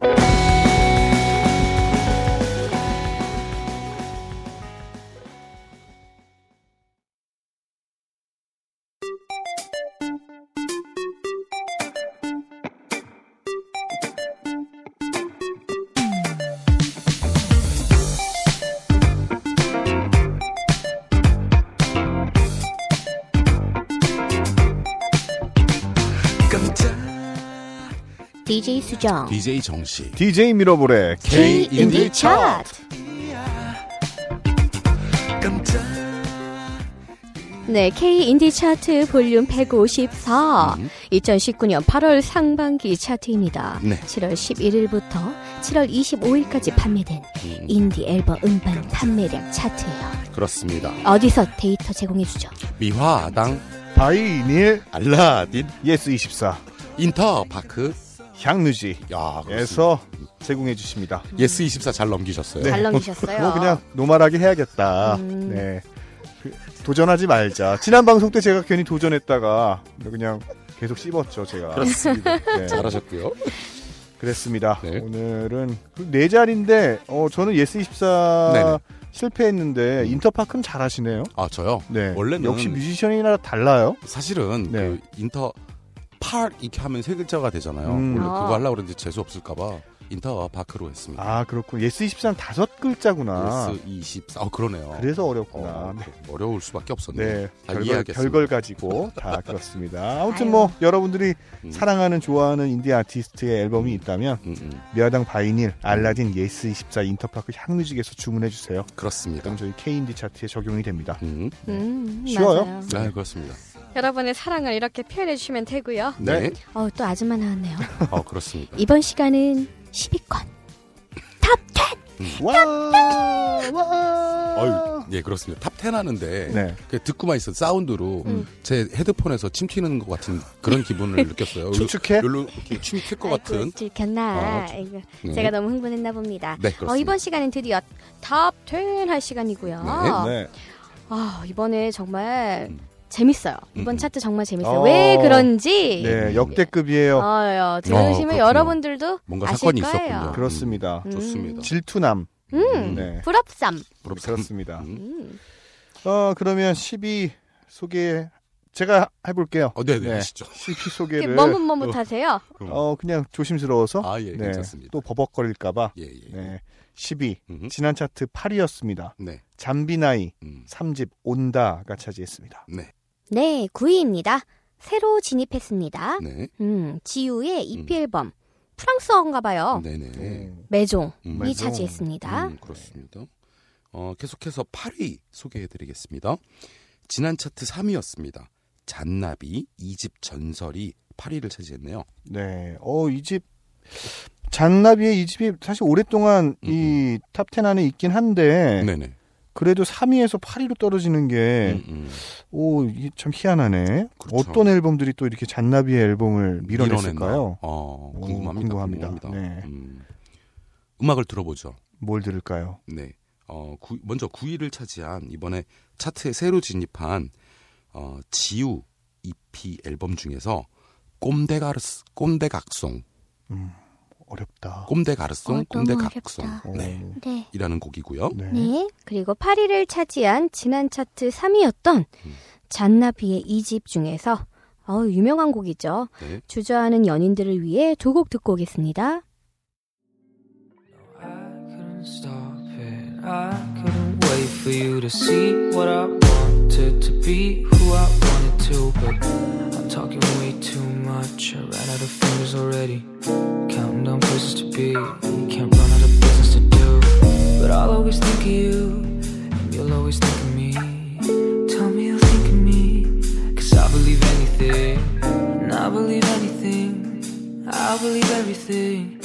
Speaker 1: DJ 수정
Speaker 2: DJ 정씨
Speaker 3: DJ 미러볼의
Speaker 1: K
Speaker 3: K
Speaker 1: 인디 차트 네, K 인디 차트 볼륨 154.
Speaker 3: 음.
Speaker 1: 2019년 8월 상반기 차트입니다.
Speaker 2: 네.
Speaker 1: 7월 11일부터 7월 25일까지 판매된
Speaker 3: 음.
Speaker 1: 인디 앨범 음반 판매량 차트예요.
Speaker 2: 그렇습니다.
Speaker 1: 어디서 데이터 제공해 주죠?
Speaker 2: 미화당
Speaker 3: 바이닐
Speaker 2: 알라딘
Speaker 3: 예스 24
Speaker 2: 인터파크
Speaker 3: 향누지에서
Speaker 2: 야
Speaker 3: 제공해 주십니다.
Speaker 2: 예스 24 잘 넘기셨어요.
Speaker 1: 잘 넘기셨어요. 음.
Speaker 3: 뭐 그냥 노말하게 해야겠다. 네. 그, 도전하지 말자. 지난 방송 때 제가 괜히 도전했다가 그냥 계속 씹었죠, 제가.
Speaker 2: 그렇습니다.
Speaker 3: 네.
Speaker 2: 잘하셨고요.
Speaker 3: 그랬습니다.
Speaker 2: 네.
Speaker 3: 오늘은 그네 자리인데 어 저는 예스 24
Speaker 2: 네네.
Speaker 3: 실패했는데 인터파크는 잘하시네요.
Speaker 2: 아 저요.
Speaker 3: 네.
Speaker 2: 원래는
Speaker 3: 역시 뮤지션이나 달라요.
Speaker 2: 사실은
Speaker 3: 네.
Speaker 2: 그 인터 팔 이렇게 하면 세 글자가 되잖아요.
Speaker 3: 음.
Speaker 2: 원래
Speaker 1: 아.
Speaker 2: 그거 하려고 그랬는데 재수 없을까봐 인터 파크로 했습니다.
Speaker 3: 아 그렇군. 예스 24는 다섯 글자구나.
Speaker 2: 예스 24. 어 그러네요.
Speaker 3: 아. 그래서 어렵구나.
Speaker 2: 어,
Speaker 3: 네.
Speaker 2: 어려울 수밖에 없었네요.
Speaker 3: 네,
Speaker 2: 다
Speaker 3: 별걸,
Speaker 2: 이해하겠습니다.
Speaker 3: 별걸 가지고 다 그렇습니다. 아무튼
Speaker 1: 아유.
Speaker 3: 뭐 여러분들이
Speaker 2: 음.
Speaker 3: 사랑하는 좋아하는 인디 아티스트의 앨범이 있다면
Speaker 2: 음, 음.
Speaker 3: 미아당 바이닐, 알라딘, 예스 24, 인터파크, 향뮤직에서 주문해 주세요.
Speaker 2: 그렇습니다.
Speaker 3: 그럼 저희 K 인디 차트에 적용이 됩니다.
Speaker 2: 음.
Speaker 1: 음,
Speaker 3: 네. 쉬워요?
Speaker 1: 맞아요.
Speaker 2: 아 그렇습니다.
Speaker 1: 여러분의 사랑을 이렇게 표현해 주시면 되고요.
Speaker 2: 네.
Speaker 1: 어, 또 아줌마 나왔네요.
Speaker 2: 어 그렇습니다.
Speaker 1: 이번 시간은 10위권 탑10
Speaker 3: 와, 와.
Speaker 2: 어유. 예 그렇습니다. 탑 10 하는데
Speaker 3: 네. 음.
Speaker 2: 그 듣고만 있어 사운드로 제 헤드폰에서 침 튀는 것 같은 그런 기분을 느꼈어요.
Speaker 3: 축축해?
Speaker 2: 로 이렇게 침튈것
Speaker 1: 아이고,
Speaker 2: 같은.
Speaker 1: 들켰나
Speaker 2: 아, 참.
Speaker 1: 아이고,
Speaker 2: 네.
Speaker 1: 제가 너무 흥분했나 봅니다.
Speaker 2: 네, 그렇습니다.
Speaker 1: 어, 이번 시간은 드디어 탑10 할 시간이고요.
Speaker 2: 네,
Speaker 3: 네.
Speaker 1: 아, 이번에 정말 재밌어요. 이번
Speaker 2: 음.
Speaker 1: 차트 정말 재밌어요.
Speaker 3: 어.
Speaker 1: 왜 그런지
Speaker 3: 네, 역대급이에요.
Speaker 1: 어, 어, 들으시면
Speaker 2: 그렇군요.
Speaker 1: 여러분들도
Speaker 2: 뭔가
Speaker 1: 아실
Speaker 2: 사건이
Speaker 1: 거예요.
Speaker 2: 있었군요.
Speaker 3: 그렇습니다.
Speaker 2: 음, 좋습니다.
Speaker 3: 질투남.
Speaker 1: 음,
Speaker 3: 네.
Speaker 1: 부럽삼.
Speaker 3: 그렇습니다.
Speaker 2: 음.
Speaker 1: 음.
Speaker 3: 어, 그러면 12 소개 제가 해볼게요.
Speaker 2: 어, 네,
Speaker 3: 네.
Speaker 2: 네, 하시죠.
Speaker 3: 12
Speaker 1: 이렇게
Speaker 2: 네.
Speaker 3: 소개를
Speaker 1: 머뭇머뭇하세요.
Speaker 3: 어 그냥 조심스러워서
Speaker 2: 음.
Speaker 3: 네.
Speaker 2: 아, 예, 괜찮습니다.
Speaker 3: 또 버벅거릴까봐
Speaker 2: 예, 예.
Speaker 3: 네, 12
Speaker 2: 음흠.
Speaker 3: 지난 차트 8위였습니다.
Speaker 2: 네.
Speaker 3: 잠비나이
Speaker 2: 음.
Speaker 3: 3집 온다가 차지했습니다.
Speaker 2: 네.
Speaker 1: 네, 9위입니다. 새로 진입했습니다.
Speaker 2: 네.
Speaker 1: 음, 지우의 EP 앨범 프랑스어인가 봐요.
Speaker 2: 네, 네.
Speaker 3: 음,
Speaker 1: 매종이
Speaker 2: 음.
Speaker 3: 매종.
Speaker 1: 차지했습니다. 네.
Speaker 2: 음, 그렇습니다. 어, 계속해서 8위 소개해 드리겠습니다. 지난 차트 3위였습니다. 잔나비 이집 전설이 8위를 차지했네요.
Speaker 3: 네. 어 이 집 잔나비의 이 집이 사실 오랫동안 이 탑 10 안에 있긴 한데
Speaker 2: 음, 네, 네.
Speaker 3: 그래도 3위에서 8위로 떨어지는 게
Speaker 2: 음, 음.
Speaker 3: 오, 이게 참 희한하네.
Speaker 2: 그렇죠.
Speaker 3: 어떤 앨범들이 또 이렇게 잔나비의 앨범을 밀어냈을까요?
Speaker 2: 밀어냈나요? 어,
Speaker 3: 오,
Speaker 2: 궁금합니다.
Speaker 3: 궁금합니다. 네.
Speaker 2: 음. 음악을 들어보죠.
Speaker 3: 뭘 들을까요?
Speaker 2: 네. 어, 구- 먼저 9위를 차지한 이번에 차트에 새로 진입한 어, 지우 EP 앨범 중에서 꼼데가르스 꼼데각송
Speaker 3: 어렵다.
Speaker 1: 어,
Speaker 2: 꼼데가르송
Speaker 1: 너무
Speaker 2: 꼼데각송
Speaker 1: 어렵다.
Speaker 2: 네.
Speaker 1: 네.
Speaker 2: 이라는 곡이고요.
Speaker 3: 네.
Speaker 1: 네. 그리고 8위를 차지한 지난 차트 3위였던 잔나비의 이 집 중에서 어, 유명한 곡이죠.
Speaker 2: 네.
Speaker 1: 주저하는 연인들을 위해 두 곡 듣고 오겠습니다.
Speaker 8: I couldn't stop it. I couldn't wait for you to see what I wanted to be, who I wanted to. But I'm talking way too much. I ran out of fingers already. Counting down places to be. Can't run out of business to do. But I'll always think of you, and you'll always think of me. Tell me you'll think of me, cause I believe anything. And I believe anything. I believe everything.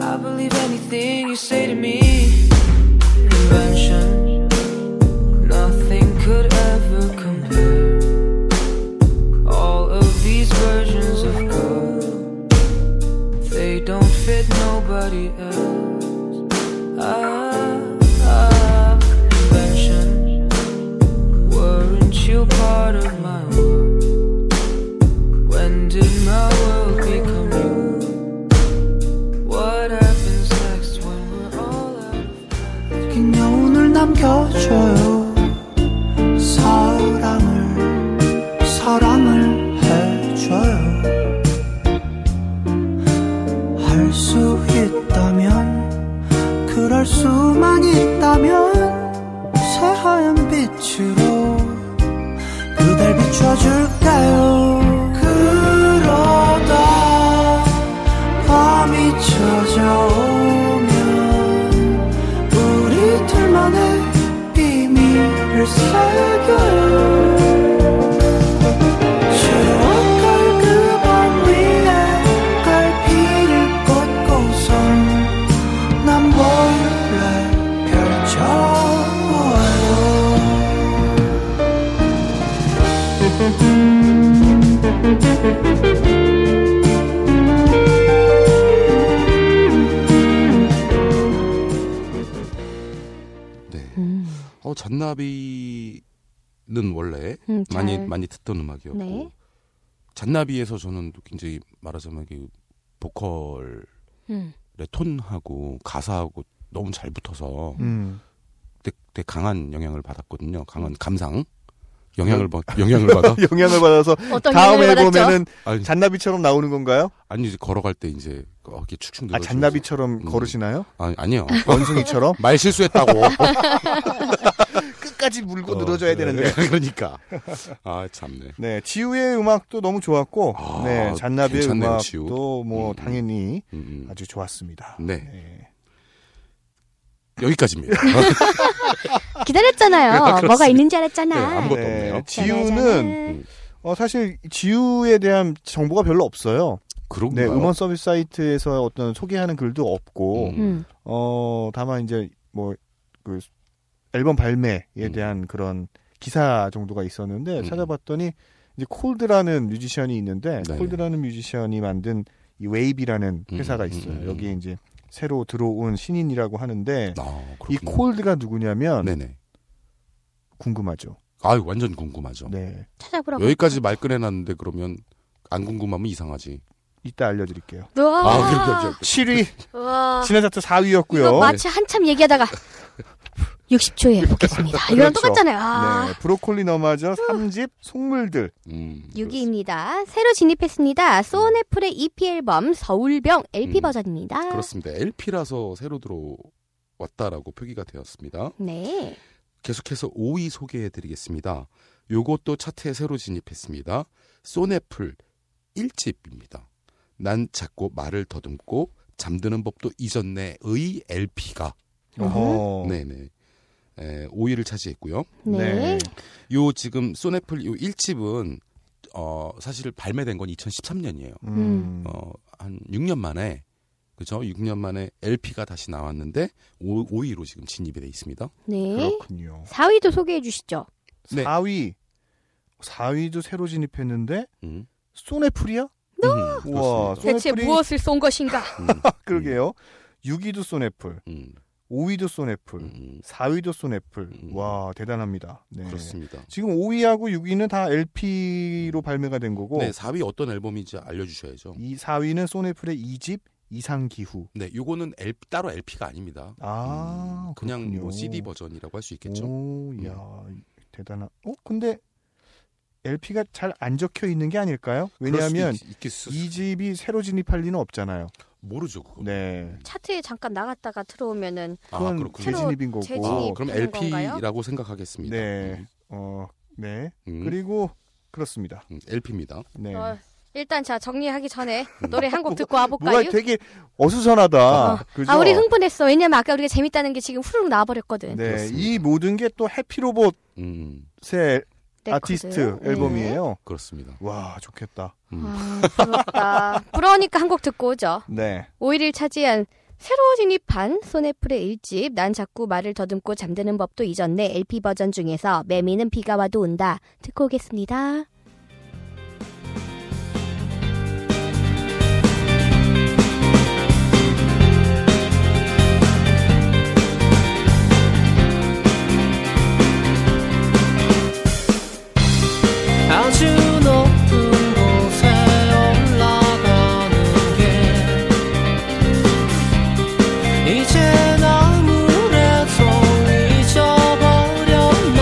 Speaker 8: I believe anything you say to me. Invention, nothing could ever compare. All of these versions of God, they don't fit nobody else. Ah, ah, invention, weren't you part of my world? When did my world become yours? What happens next when we're all out
Speaker 4: 긴 여운을 남겨줘요 사랑을 사랑을 해줘요 할 수 있다면
Speaker 9: 지겨요 추억을 그밤 위에 갈피를 꽂고선 난 몰래 펼쳐요
Speaker 2: 네.
Speaker 1: 음,
Speaker 2: 어 잔나비는 원래
Speaker 1: 음, 잘-
Speaker 2: 많이 많이 듣던 음악이었고
Speaker 1: 네.
Speaker 2: 잔나비에서 저는 또 굉장히 말하자면 그 보컬의
Speaker 1: 음.
Speaker 2: 톤하고 가사하고 너무 잘 붙어서
Speaker 3: 음.
Speaker 2: 되게, 되게 강한 영향을 받았거든요. 강한 감상 영향을 받 영향을 받아
Speaker 3: 영향을 받아서
Speaker 1: 어떤
Speaker 3: 다음
Speaker 1: 영향을 받았죠?
Speaker 3: 앨범에는
Speaker 2: 아니,
Speaker 3: 잔나비처럼 나오는 건가요?
Speaker 2: 아니 이제 걸어갈 때 이제 어, 이렇게 축축 늘어
Speaker 3: 아 잔나비처럼
Speaker 2: 음.
Speaker 3: 걸으시나요?
Speaker 2: 아니 아니요
Speaker 3: 원숭이처럼
Speaker 2: 말 실수했다고
Speaker 3: 끝까지 물고
Speaker 2: 어,
Speaker 3: 늘어져야 되는데.
Speaker 2: 그러니까 아 참네
Speaker 3: 네, 지우의 음악도 너무 좋았고,
Speaker 2: 아,
Speaker 3: 네, 잔나비의
Speaker 2: 괜찮네요,
Speaker 3: 음악도
Speaker 2: 지우.
Speaker 3: 뭐
Speaker 2: 음.
Speaker 3: 당연히
Speaker 2: 음, 음.
Speaker 3: 아주 좋았습니다.
Speaker 2: 네
Speaker 3: 네.
Speaker 2: 여기까지입니다
Speaker 1: 기다렸잖아요. 뭐가 있는지 알았잖아.
Speaker 2: 네, 아무것도
Speaker 3: 네,
Speaker 2: 없네요.
Speaker 3: 지우는
Speaker 1: 음.
Speaker 3: 어, 사실 지우에 대한 정보가 별로 없어요. 네,
Speaker 2: 그런가요?
Speaker 3: 음원 서비스 사이트에서 어떤 소개하는 글도 없고,
Speaker 2: 음.
Speaker 1: 음.
Speaker 3: 어 다만 이제 뭐 그 앨범 발매에
Speaker 2: 음.
Speaker 3: 대한 그런 기사 정도가 있었는데
Speaker 2: 음.
Speaker 3: 찾아봤더니 이제 콜드라는 뮤지션이 있는데
Speaker 2: 네.
Speaker 3: 콜드라는 뮤지션이 만든 이 웨이비라는
Speaker 2: 음,
Speaker 3: 회사가
Speaker 2: 음,
Speaker 3: 있어요.
Speaker 2: 음, 음.
Speaker 3: 여기에 이제 새로 들어온 신인이라고 하는데
Speaker 2: 아, 그렇군요.
Speaker 3: 이 콜드가 누구냐면
Speaker 2: 네네
Speaker 3: 궁금하죠.
Speaker 2: 아유 완전 궁금하죠
Speaker 3: 네.
Speaker 1: 찾아보라고.
Speaker 2: 여기까지 말 꺼내놨는데 그러면 안 궁금하면 이상하지
Speaker 3: 이따 알려드릴게요.
Speaker 2: 아,
Speaker 1: 우와.
Speaker 2: 그렇게 아,
Speaker 3: 7위
Speaker 1: 우와.
Speaker 3: 지난 차트
Speaker 1: 아. 이거
Speaker 3: 4위였고요.
Speaker 1: 마치 한참 얘기하다가 60초에 보겠습니다. 이거랑
Speaker 3: 그렇죠.
Speaker 1: 똑같잖아요. 아.
Speaker 3: 네, 브로콜리 너마저 3집 속물들.
Speaker 2: 음,
Speaker 1: 6위입니다. 새로 진입했습니다. 소원애플의 EP 앨범 서울병 LP
Speaker 2: 음.
Speaker 1: 버전입니다.
Speaker 2: 그렇습니다 LP라서 새로 들어왔다라고 표기가 되었습니다
Speaker 1: 네.
Speaker 2: 계속해서 5위 소개해드리겠습니다 요것도 차트에 새로 진입했습니다 소네플 1집입니다 난 자꾸 말을 더듬고 잠드는 법도 잊었네의 LP가
Speaker 1: 음.
Speaker 3: 어,
Speaker 2: 네네. 에, 5위를 차지했고요.
Speaker 1: 네.
Speaker 2: 요 지금 소네플 요 1집은 어 사실 발매된 건 2013년이에요.
Speaker 3: 음.
Speaker 2: 어한 6년 만에 그죠? 6년 만에 LP가 다시 나왔는데 5, 5위로 지금 진입이 돼 있습니다.
Speaker 1: 네.
Speaker 3: 그렇군요.
Speaker 1: 4위도 소개해 주시죠.
Speaker 2: 네.
Speaker 3: 4위. 4위도 새로 진입했는데
Speaker 2: 음.
Speaker 3: 소네풀이야?
Speaker 2: 음,
Speaker 3: 우와,
Speaker 2: 그렇습니다.
Speaker 1: 대체
Speaker 3: 소네풀이-
Speaker 1: 무엇을 쏜 것인가?
Speaker 2: 음,
Speaker 3: 그러게요. 6위도 소네풀,
Speaker 2: 음,
Speaker 3: 5위도 소네풀,
Speaker 2: 음,
Speaker 3: 4위도 소네풀.
Speaker 2: 음.
Speaker 3: 와 대단합니다. 네.
Speaker 2: 음, 그렇습니다.
Speaker 3: 지금 5위하고 6위는 다 LP로 발매가 된 거고
Speaker 2: 네, 4위 어떤 앨범인지 알려주셔야죠.
Speaker 3: 이 4위는 소네풀의 2집 이상기후.
Speaker 2: 네, 요거는 LP, 따로 LP가 아닙니다.
Speaker 3: 아
Speaker 2: 음, 그냥
Speaker 3: 그렇군요.
Speaker 2: 뭐 CD 버전이라고 할 수 있겠죠. 음.
Speaker 3: 오, 야 대단한. 어 근데 LP가 잘 안 적혀 있는 게 아닐까요? 왜냐하면
Speaker 2: 그럴 수도 있- 있겠-
Speaker 3: 이 집이 새로 진입할 리는 없잖아요.
Speaker 2: 모르죠 그거.
Speaker 3: 네.
Speaker 1: 차트에 잠깐 나갔다가 들어오면은
Speaker 2: 아,
Speaker 3: 그건
Speaker 2: 그렇군요.
Speaker 3: 재진입인 거고.
Speaker 2: 아,
Speaker 1: 재진입.
Speaker 2: 그럼
Speaker 1: 하는
Speaker 2: LP라고
Speaker 1: 건가요?
Speaker 2: 생각하겠습니다.
Speaker 3: 네. 어, 네.
Speaker 2: 음,
Speaker 3: 그리고 그렇습니다.
Speaker 2: LP입니다.
Speaker 3: 네.
Speaker 1: 어, 일단 자 정리하기 전에 노래 한 곡 듣고 와볼까요?
Speaker 3: 뭐가 되게 어수선하다.
Speaker 1: 어.
Speaker 3: 그죠?
Speaker 1: 아 우리 흥분했어. 왜냐면 아까 우리가 재밌다는 게 지금 후루룩
Speaker 3: 네.
Speaker 1: 나와버렸거든.
Speaker 2: 그렇습니다.
Speaker 3: 이 모든 게 또 해피 로봇의
Speaker 2: 음,
Speaker 1: 레코드.
Speaker 3: 아티스트
Speaker 1: 네.
Speaker 3: 앨범이에요.
Speaker 2: 그렇습니다.
Speaker 3: 와, 좋겠다.
Speaker 2: 음.
Speaker 1: 아, 부럽다. 부러우니까 한 곡 듣고 오죠.
Speaker 3: 네.
Speaker 1: 5위를 차지한 새로 진입한 소네플의 1집 난 자꾸 말을 더듬고 잠드는 법도 잊었네 LP 버전 중에서 매미는 비가 와도 온다 듣고 오겠습니다.
Speaker 4: 아주 높은 곳에 올라가는 게 이젠 아무래도 잊어버렸나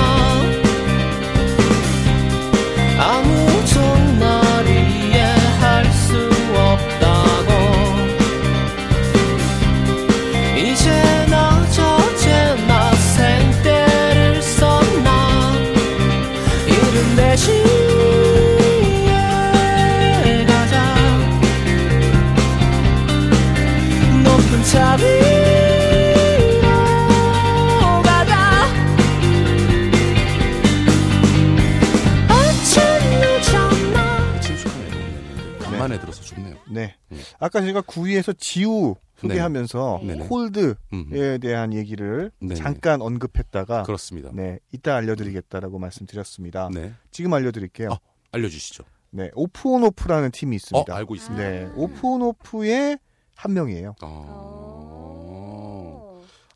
Speaker 2: 네, 간만에 들어서 좋네요.
Speaker 3: 네.
Speaker 2: 음.
Speaker 3: 아까 제가 9위에서 지우
Speaker 2: 네.
Speaker 3: 소개하면서
Speaker 2: 네네.
Speaker 3: 홀드에
Speaker 2: 음,
Speaker 3: 대한 얘기를
Speaker 2: 네네.
Speaker 3: 잠깐 언급했다가
Speaker 2: 그렇습니다. 네.
Speaker 3: 네, 아. 이따 알려드리겠다라고 말씀드렸습니다. 지금 알려드릴게요.
Speaker 2: 아. 알려주시죠.
Speaker 3: 네, 오프온오프라는 팀이
Speaker 2: 어,
Speaker 3: 있습니다.
Speaker 2: 알고 있습니다.
Speaker 3: 네, 오프온오프의 한 명이에요.
Speaker 2: 아,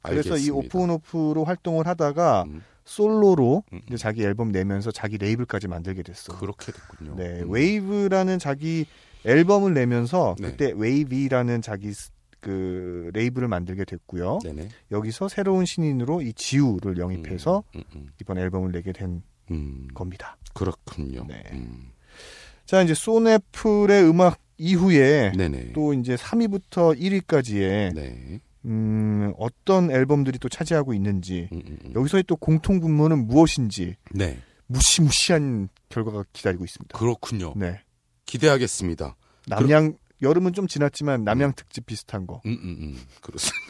Speaker 3: 그래서 이
Speaker 2: 알겠습니다.
Speaker 3: 오프온오프로 활동을 하다가
Speaker 2: 음,
Speaker 3: 솔로로
Speaker 2: 음, 음.
Speaker 3: 이제 자기 앨범 내면서 자기 레이블까지 만들게 됐어.
Speaker 2: 그렇게 됐군요.
Speaker 3: 네,
Speaker 2: 음.
Speaker 3: 웨이브라는 자기 앨범을 내면서
Speaker 2: 네.
Speaker 3: 그때 웨이비라는 자기 스- 그 레이블을 만들게 됐고요.
Speaker 2: 네네.
Speaker 3: 여기서 새로운 신인으로 이 지우를 영입해서
Speaker 2: 음, 음,
Speaker 3: 이번 앨범을 내게 된
Speaker 2: 음.
Speaker 3: 겁니다.
Speaker 2: 그렇군요.
Speaker 3: 네.
Speaker 2: 음.
Speaker 3: 자, 이제 소네플의 음악 이후에
Speaker 2: 네네.
Speaker 3: 또 이제 3위부터 1위까지의
Speaker 2: 네.
Speaker 3: 음, 어떤 앨범들이 또 차지하고 있는지
Speaker 2: 음, 음, 음.
Speaker 3: 여기서의 또 공통 분모는 무엇인지
Speaker 2: 네.
Speaker 3: 무시무시한 결과가 기다리고 있습니다.
Speaker 2: 그렇군요.
Speaker 3: 네.
Speaker 2: 기대하겠습니다.
Speaker 3: 남양 여름은 좀 지났지만 남양 특집 비슷한 거.
Speaker 2: 음, 음, 음. 그렇습니다.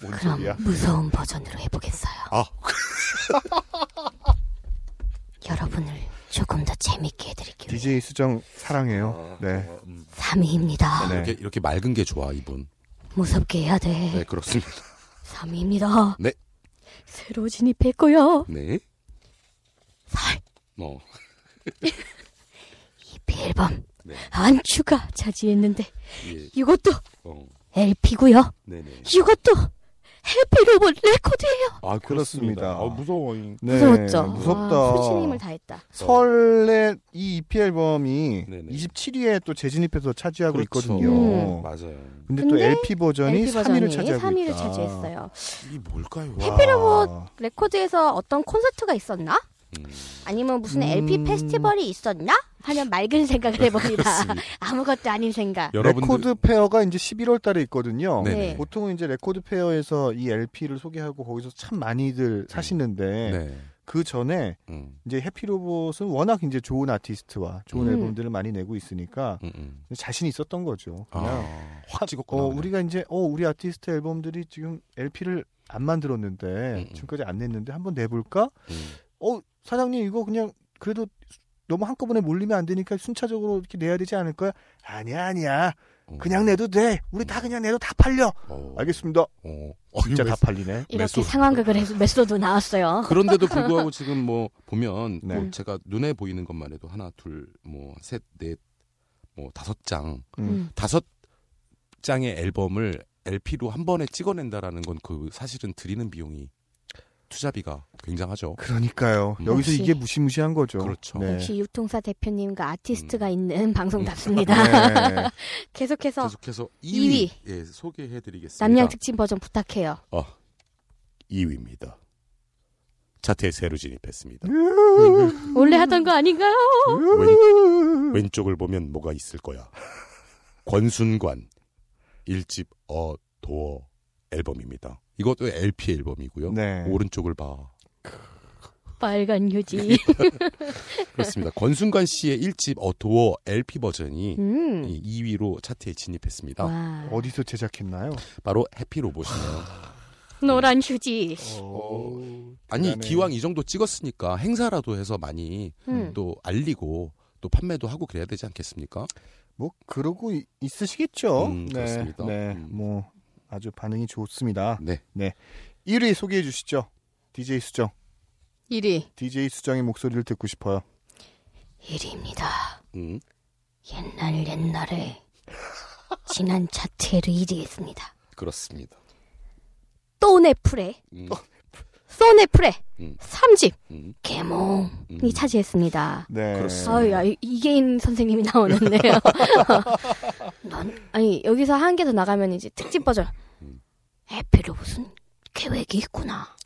Speaker 3: 뭔
Speaker 1: 그럼
Speaker 3: 소리야?
Speaker 1: 무서운 버전으로 해보겠어요.
Speaker 2: 아,
Speaker 1: 여러분을 조금 더 재밌게 해드릴게요.
Speaker 3: DJ 수정
Speaker 2: 아,
Speaker 3: 사랑해요. 네.
Speaker 1: 3위입니다.
Speaker 3: 네.
Speaker 2: 이렇게, 이렇게 맑은 게 좋아, 이분.
Speaker 1: 무섭게 해야 돼.
Speaker 2: 네, 그렇습니다.
Speaker 1: 3위입니다.
Speaker 2: 네.
Speaker 1: 새로 진입했고요.
Speaker 2: 네.
Speaker 1: 살.
Speaker 2: 어.
Speaker 1: EP 앨범
Speaker 2: 네.
Speaker 1: 안추가 차지했는데
Speaker 2: 예.
Speaker 1: 이것도
Speaker 2: 어.
Speaker 1: LP고요.
Speaker 2: 네네.
Speaker 1: 이것도 해피로봇 뭐 레코드예요.
Speaker 2: 아,
Speaker 3: 그렇습니다.
Speaker 2: 아, 무서워.
Speaker 3: 네.
Speaker 1: 무서웠죠.
Speaker 3: 무섭다.
Speaker 1: 아, 소신임을 다했다.
Speaker 3: 설레 이 EP 앨범이
Speaker 2: 네네.
Speaker 3: 27위에 또 재진입해서 차지하고
Speaker 2: 그렇죠.
Speaker 1: 음.
Speaker 3: 있거든요.
Speaker 2: 맞아요.
Speaker 3: 근데, 또
Speaker 1: 근데
Speaker 3: LP 버전이
Speaker 1: LP
Speaker 3: 3위를
Speaker 1: 버전이
Speaker 3: 차지하고
Speaker 1: 3위를
Speaker 3: 있다.
Speaker 1: 차지했어요.
Speaker 2: 이 뭘까요?
Speaker 1: 해피로봇 레코드에서 어떤 콘서트가 있었나?
Speaker 2: 음.
Speaker 1: 아니면 무슨
Speaker 3: 음. 네,
Speaker 1: LP 페스티벌이 있었나? 하면 맑은 생각을 해봅니다.
Speaker 2: 그렇습니다.
Speaker 1: 아무것도 아닌 생각.
Speaker 2: 여러분들
Speaker 3: 레코드 페어가 이제 11월 달에 있거든요.
Speaker 2: 네네.
Speaker 1: 네.
Speaker 3: 보통은 이제 레코드 페어에서 이 LP를 소개하고 거기서 참 많이들 사시는데
Speaker 2: 음. 네.
Speaker 3: 그 전에
Speaker 2: 음.
Speaker 3: 이제 해피로봇은 워낙 이제 좋은 아티스트와 좋은
Speaker 1: 음.
Speaker 3: 앨범들을 많이 내고 있으니까
Speaker 2: 음, 음.
Speaker 3: 자신이 있었던 거죠. 그냥
Speaker 2: 아, 확 찍었구나.
Speaker 3: 어,
Speaker 2: 그냥.
Speaker 3: 우리가 이제 어, 우리 아티스트 앨범들이 지금 LP를 안 만들었는데
Speaker 2: 음.
Speaker 3: 지금까지 안 냈는데 한번 내볼까?
Speaker 2: 음.
Speaker 3: 어 사장님 이거 그냥 그래도 너무 한꺼번에 몰리면 안 되니까 순차적으로 이렇게 내야 되지 않을까요? 아니야 아니야
Speaker 2: 어.
Speaker 3: 그냥 내도 돼 우리 다 그냥 내도 다 팔려
Speaker 2: 어.
Speaker 3: 알겠습니다
Speaker 2: 어.
Speaker 3: 진짜 다 팔리네
Speaker 1: 이렇게
Speaker 2: 메소드.
Speaker 1: 상황극을 해서 메소드 나왔어요.
Speaker 2: 그런데도 불구하고 지금 뭐 보면
Speaker 3: 네.
Speaker 2: 뭐 제가 눈에 보이는 것만 해도 하나 둘뭐셋넷뭐 다섯 장
Speaker 1: 음.
Speaker 2: 다섯 장의 앨범을 LP로 한 번에 찍어낸다라는 건 그 사실은 드리는 비용이 투자비가 굉장하죠.
Speaker 3: 그러니까요
Speaker 2: 음.
Speaker 3: 여기서
Speaker 1: 역시.
Speaker 3: 이게 무시무시한 거죠
Speaker 2: 그렇죠.
Speaker 3: 네. 음.
Speaker 1: 역시 유통사 대표님과
Speaker 2: 음.
Speaker 1: 아티스트가 있는 방송답습니다.
Speaker 3: 네.
Speaker 1: 계속해서
Speaker 2: 계속해서 2위,
Speaker 1: 이위.
Speaker 2: 예, 소개해드리겠습니다.
Speaker 1: 남양 특집 버전 부탁해요.
Speaker 2: 아, 2위입니다. 차트에 새로 진입했습니다.
Speaker 3: 음.
Speaker 1: 원래 하던 거 아닌가요?
Speaker 2: 왼, 쪽을 보면 뭐가 있을 거야. 권순관 1집 어 도어 앨범입니다. 이것도 LP 앨범이고요.
Speaker 3: 네.
Speaker 2: 오른쪽을 봐.
Speaker 1: 빨간
Speaker 3: 네.
Speaker 1: 휴지.
Speaker 2: 그렇습니다. 권순관 씨의 1집 어 도어 LP 버전이
Speaker 1: 음.
Speaker 2: 이 아, 2위로 차트에 진입했습니다.
Speaker 1: 와.
Speaker 3: 어디서 제작했나요?
Speaker 2: 바로 해피 로봇이네요.
Speaker 1: 노란 휴지.
Speaker 2: 아니
Speaker 3: 대단해.
Speaker 2: 기왕 이 정도 찍었으니까 행사라도 해서 많이
Speaker 1: 음.
Speaker 2: 또 알리고 또 판매도 하고 그래야 되지 않겠습니까?
Speaker 3: 뭐 그러고 이- 있으시겠죠.
Speaker 2: 음, 그렇습니다.
Speaker 3: 네,
Speaker 2: 음.
Speaker 3: 뭐 아주 반응이 좋습니다.
Speaker 2: 네.
Speaker 3: 1위 소개해 주시죠. DJ 수정.
Speaker 1: 1위.
Speaker 3: DJ 수정의 목소리를 듣고 싶어요.
Speaker 1: 1위입니다.
Speaker 2: 음.
Speaker 1: 옛날 옛날에 지난 차트에도 1위 했습니다.
Speaker 2: 그렇습니다.
Speaker 1: 또네프레,
Speaker 2: 음.
Speaker 1: 쏘네프레,
Speaker 2: 음.
Speaker 1: 3집,
Speaker 2: 음.
Speaker 1: 개몽이
Speaker 2: 음.
Speaker 1: 차지했습니다.
Speaker 3: 네.
Speaker 2: 그렇습니다.
Speaker 1: 아유, 아유, 이계인 선생님이 나오는데요. 넌, 아니, 여기서 한 개 더 나가면 이제 특집 버전.
Speaker 2: 음.
Speaker 1: 해피로 무슨 계획이 있구나.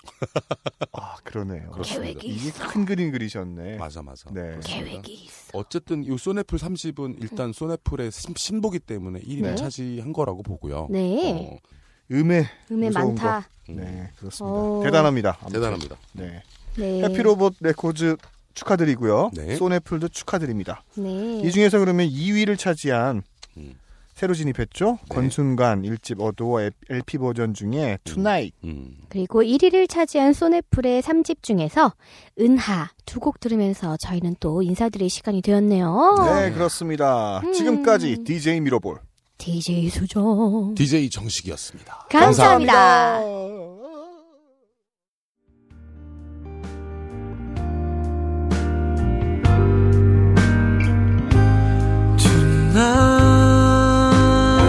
Speaker 3: 아, 그러네요.
Speaker 2: 그렇습니다.
Speaker 1: 계획이
Speaker 3: 이게
Speaker 1: 있어.
Speaker 3: 큰 그림 그리셨네.
Speaker 2: 맞아 맞아.
Speaker 3: 네.
Speaker 2: 그렇습니다.
Speaker 1: 계획이 있어. 음.
Speaker 2: 어쨌든 이 소네풀 30은 일단 소네풀의 신- 신보기 때문에 1위를
Speaker 1: 네.
Speaker 2: 차지한 거라고 보고요.
Speaker 1: 네.
Speaker 2: 어,
Speaker 3: 음에
Speaker 1: 음에
Speaker 3: 무서운
Speaker 1: 많다.
Speaker 2: 음,
Speaker 3: 네, 그렇습니다.
Speaker 1: 어.
Speaker 3: 대단합니다. 아무튼.
Speaker 2: 대단합니다.
Speaker 3: 네.
Speaker 1: 네.
Speaker 3: 해피로봇 레코즈 축하드리고요.
Speaker 2: 네.
Speaker 3: 소네풀도 축하드립니다.
Speaker 1: 네.
Speaker 3: 이 중에서 그러면 2위를 차지한
Speaker 2: 음.
Speaker 3: 새로 진입했죠. 권순관 1집 어두워 LP 버전 중에 투나잇
Speaker 2: 음.
Speaker 1: 그리고 1위를 차지한 소네풀의 3집 중에서 은하 두 곡 들으면서 저희는 또 인사드릴 시간이 되었네요.
Speaker 3: 네, 그렇습니다.
Speaker 1: 어. 음.
Speaker 3: 지금까지 DJ 미러볼.
Speaker 1: DJ 수정.
Speaker 10: DJ 정식이었습니다.
Speaker 1: 감사합니다.
Speaker 4: Tonight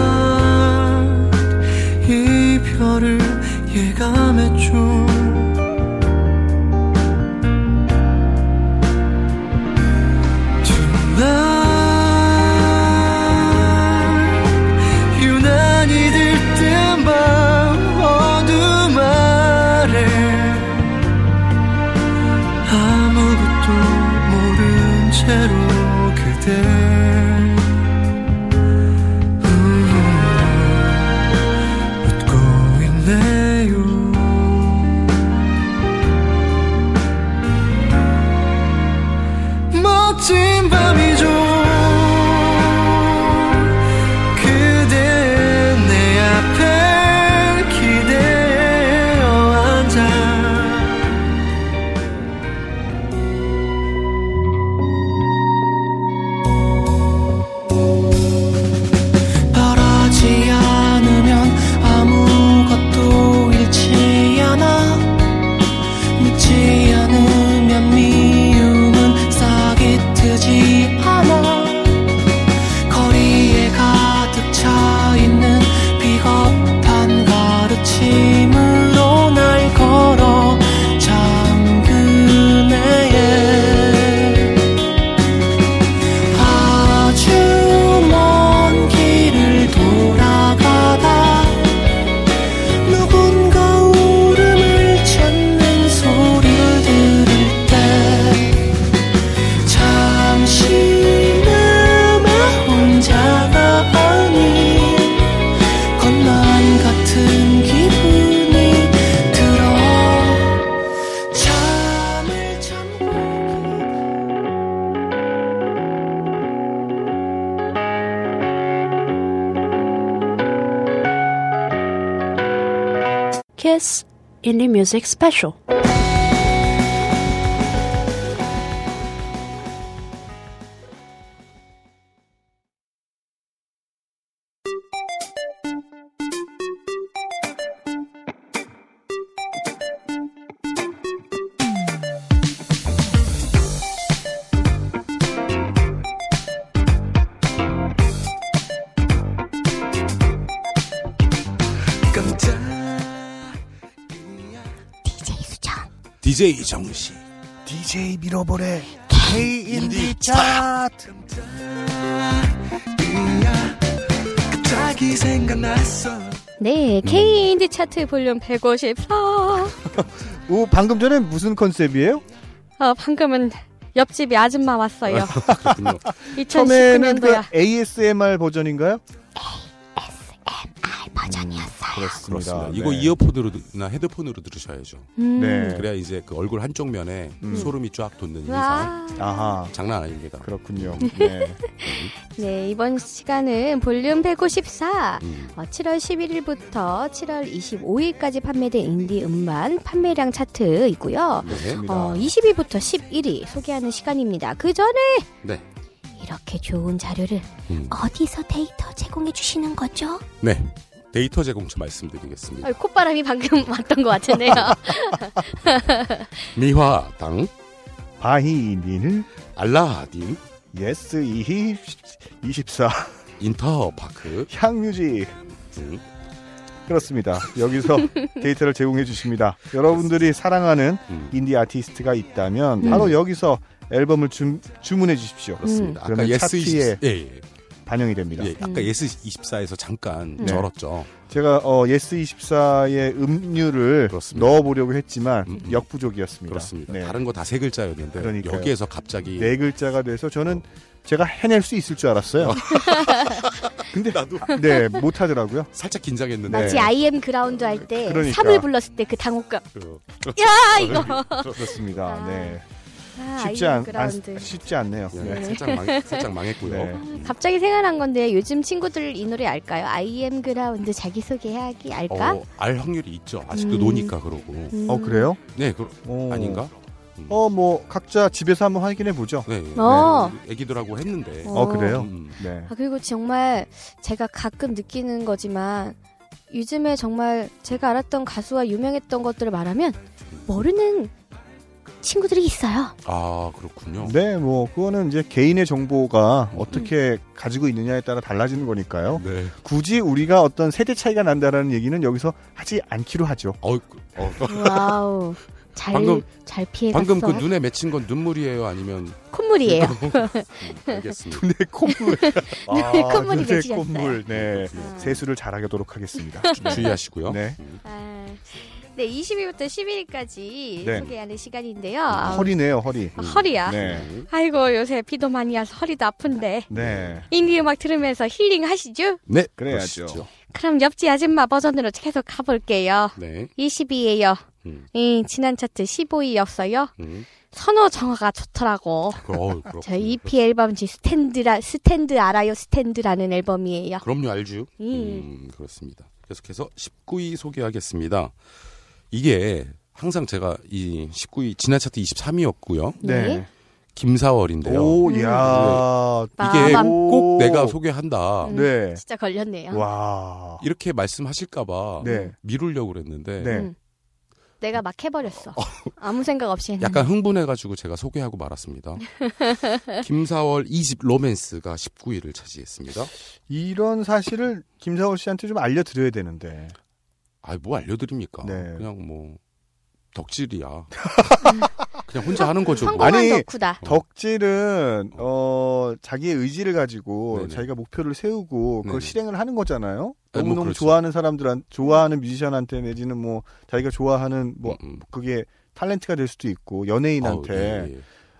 Speaker 4: 이별을 예감했죠 Tonight 유난히 들뜬 밤 어둠 아래 아무것도 모른 채로 그대 웃고 있네요 멋진 밤이죠 그대 내 앞에 기대어 앉아 바라지 않으면 아무것도 잃지 않아 믿지 않으면 미움은 싹이 트지 않아 거리에 가득 차 있는 비겁한 가르침으로 날 걸어 잠그네 아주 먼 길을 돌아가다 누군가 울음을 찾는 소리를 들을 때 잠시 남아 혼자가 아닌 것만 같은 기분이 들어 잠을 참고
Speaker 7: Kiss Indie Music Special.
Speaker 1: DJ 수정.
Speaker 10: DJ 정식.
Speaker 4: DJ 밀어보래 K 인디 차트 갑자기 생각났어
Speaker 1: 네, K 인디 차트 볼륨 154.
Speaker 3: 오, 방금 전에 무슨 컨셉이에요?
Speaker 1: 어, 방금은 옆집이 아줌마 왔어요.
Speaker 2: 그렇군요.
Speaker 3: 처음에는 그
Speaker 1: 2019년도야.
Speaker 3: ASMR 버전인가요?
Speaker 1: SMR 버전이었어요.
Speaker 2: 그렇습니다.
Speaker 3: 네.
Speaker 2: 이거 이어폰으로나 헤드폰으로 들으셔야죠.
Speaker 1: 음.
Speaker 3: 네.
Speaker 2: 그래야 이제 그 얼굴 한쪽 면에
Speaker 3: 음.
Speaker 2: 소름이 쫙 돋는 인상.
Speaker 1: 와.
Speaker 3: 아하.
Speaker 2: 장난 아닙니다.
Speaker 3: 그렇군요. 네.
Speaker 1: 네, 이번 시간은 볼륨 154.
Speaker 2: 음.
Speaker 1: 어, 7월 11일부터 7월 25일까지 판매된 인디 음반 판매량 차트이고요.
Speaker 2: 네.
Speaker 1: 어, 20위부터 11위 소개하는 시간입니다. 그 전에
Speaker 2: 네.
Speaker 1: 이렇게 좋은 자료를
Speaker 2: 음.
Speaker 1: 어디서 데이터 제공해 주시는 거죠?
Speaker 2: 네. 데이터 제공처 말씀드리겠습니다.
Speaker 1: 아, 콧바람이 방금 왔던 것 같은데요.
Speaker 2: 미화당,
Speaker 3: 바히닐
Speaker 2: 알라딘,
Speaker 3: 예스 이히 24
Speaker 2: 인터파크,
Speaker 3: 향유지
Speaker 2: 음,
Speaker 3: 그렇습니다. 여기서 데이터를 제공해 주십니다. 여러분들이 사랑하는
Speaker 2: 음,
Speaker 3: 인디 아티스트가
Speaker 1: 음.
Speaker 3: 있다면 바로 여기서 앨범을 주, 주문해 주십시오.
Speaker 2: 그렇습니다. 아까
Speaker 3: 그러면
Speaker 2: 예스
Speaker 3: 차트에
Speaker 2: 24, 예, 예,
Speaker 3: 반영이 됩니다.
Speaker 2: 예. 아까 예스 24에서 잠깐
Speaker 3: 네.
Speaker 2: 절었죠.
Speaker 3: 제가 어, 예스 24의 음률을
Speaker 2: 그렇습니다.
Speaker 3: 넣어보려고 했지만
Speaker 2: 음, 음.
Speaker 3: 역부족이었습니다.
Speaker 2: 그렇습니다.
Speaker 3: 네.
Speaker 2: 다른 거 다 세 글자였는데
Speaker 3: 그러니까요.
Speaker 2: 여기에서 갑자기
Speaker 1: 예.
Speaker 3: 네 글자가 돼서 저는 제가 해낼 수 있을 줄 알았어요. 근데 나도 네 못하더라고요.
Speaker 2: 살짝 긴장했는데 예,
Speaker 1: 마치 IM 그라운드 할 때
Speaker 3: 네. 그러니까.
Speaker 1: 삽을 불렀을 때 그 당혹감.
Speaker 2: 그,
Speaker 1: 야 이거.
Speaker 3: 그렇습니다. 네.
Speaker 1: 아,
Speaker 3: 쉽지 않, 안
Speaker 1: 아이언그라운드.
Speaker 3: 쉽지 않네요.
Speaker 2: 예,
Speaker 3: 네.
Speaker 2: 살짝 망 살짝 망했고요.
Speaker 3: 네.
Speaker 2: 음.
Speaker 1: 갑자기 생각난 건데 요즘 친구들 이 노래 알까요? I am 그라운드 자기소개하기 알까?
Speaker 2: 어, 알 확률이 있죠. 아직도
Speaker 1: 음.
Speaker 2: 노니까 그러고.
Speaker 1: 음.
Speaker 3: 어 그래요?
Speaker 2: 네, 그
Speaker 3: 어.
Speaker 2: 아닌가? 음.
Speaker 3: 어 뭐 각자 집에서 한번 확인해 보죠.
Speaker 2: 네, 네.
Speaker 1: 어.
Speaker 2: 애기들하고 했는데.
Speaker 1: 어.
Speaker 3: 어 그래요?
Speaker 2: 음.
Speaker 3: 네.
Speaker 1: 아, 그리고 정말 제가 가끔 느끼는 거지만 요즘에 정말 제가 알았던 가수와 유명했던 것들을 말하면 모르는 친구들이 있어요.
Speaker 2: 아 그렇군요.
Speaker 3: 네, 뭐 그거는 이제 개인의 정보가 어떻게 가지고 있느냐에 따라 달라지는 거니까요.
Speaker 2: 네.
Speaker 3: 굳이 우리가 어떤 세대 차이가 난다라는 얘기는 여기서 하지 않기로 하죠.
Speaker 2: 어, 그- 어,
Speaker 1: 네, 와우. 잘,
Speaker 2: 방금-
Speaker 1: 잘 피해갔어.
Speaker 2: 방금 그 눈에 맺힌 건 눈물이에요, 아니면
Speaker 1: 콧물이에요.
Speaker 2: 음, 알겠습니다.
Speaker 3: 눈에 콧물.
Speaker 1: 눈에 네, 콧물이
Speaker 3: 눈에
Speaker 1: 맺히셨어요.
Speaker 3: 아, 콧물. 네.
Speaker 1: 아.
Speaker 3: 세수를 잘하도록 하겠습니다.
Speaker 2: 주의하시고요.
Speaker 3: 네.
Speaker 1: 아, 네, 20일부터 11일까지
Speaker 3: 네.
Speaker 1: 소개하는 시간인데요. 아우,
Speaker 3: 허리네요, 허리.
Speaker 1: 아, 허리야.
Speaker 3: 네.
Speaker 1: 아이고 요새 비도 많이 와서 허리도 아픈데
Speaker 3: 네.
Speaker 1: 인디 음악 들으면서 힐링 하시죠?
Speaker 2: 네,
Speaker 3: 그래야죠.
Speaker 2: 그러시죠.
Speaker 1: 그럼 옆집 아줌마 버전으로 계속 가볼게요.
Speaker 2: 네.
Speaker 1: 20위에요.
Speaker 2: 음.
Speaker 1: 지난 차트 15위였어요.
Speaker 2: 음.
Speaker 1: 선호 정화가 좋더라고.
Speaker 2: 그, 어, 그렇군요.
Speaker 1: 저 EP 앨범 중 스탠드라 스탠드 알아요 스탠드라는 앨범이에요.
Speaker 2: 그럼요, 알죠. 음, 그렇습니다. 계속해서 19위 소개하겠습니다. 이게 항상 제가 이 19위 지난 차트 23위였고요.
Speaker 1: 네.
Speaker 2: 김사월인데요.
Speaker 3: 오, 야.
Speaker 2: 네. 음. 이게
Speaker 1: 빠밤.
Speaker 2: 꼭 내가 소개한다.
Speaker 1: 음.
Speaker 3: 네.
Speaker 1: 진짜 걸렸네요.
Speaker 3: 와.
Speaker 2: 이렇게 말씀하실까봐
Speaker 3: 네.
Speaker 2: 미루려고 그랬는데
Speaker 3: 네.
Speaker 1: 음. 내가 막 해버렸어. 아무 생각 없이 했는데.
Speaker 2: 약간 흥분해가지고 제가 소개하고 말았습니다. 김사월 이집 로맨스가 19위를 차지했습니다.
Speaker 3: 이런 사실을 김사월 씨한테 좀 알려드려야 되는데.
Speaker 2: 아뭐 알려드립니까?
Speaker 3: 네.
Speaker 2: 그냥 뭐 덕질이야. 그냥 혼자 하는 거죠. 뭐.
Speaker 1: 성공한
Speaker 3: 아니,
Speaker 1: 덕후다.
Speaker 3: 덕질은 어 자기의 의지를 가지고
Speaker 2: 네네.
Speaker 3: 자기가 목표를 세우고 그걸
Speaker 2: 네네. 실행을
Speaker 3: 실행을 하는 거잖아요.
Speaker 2: 네, 뭐
Speaker 3: 너무너무
Speaker 2: 그렇죠.
Speaker 3: 좋아하는 사람들한 좋아하는 뮤지션한테 내지는 뭐 자기가 좋아하는 뭐
Speaker 2: 음, 음.
Speaker 3: 그게 탤런트가 될 수도 있고
Speaker 2: 아우,
Speaker 3: 연예인한테
Speaker 2: 예, 예.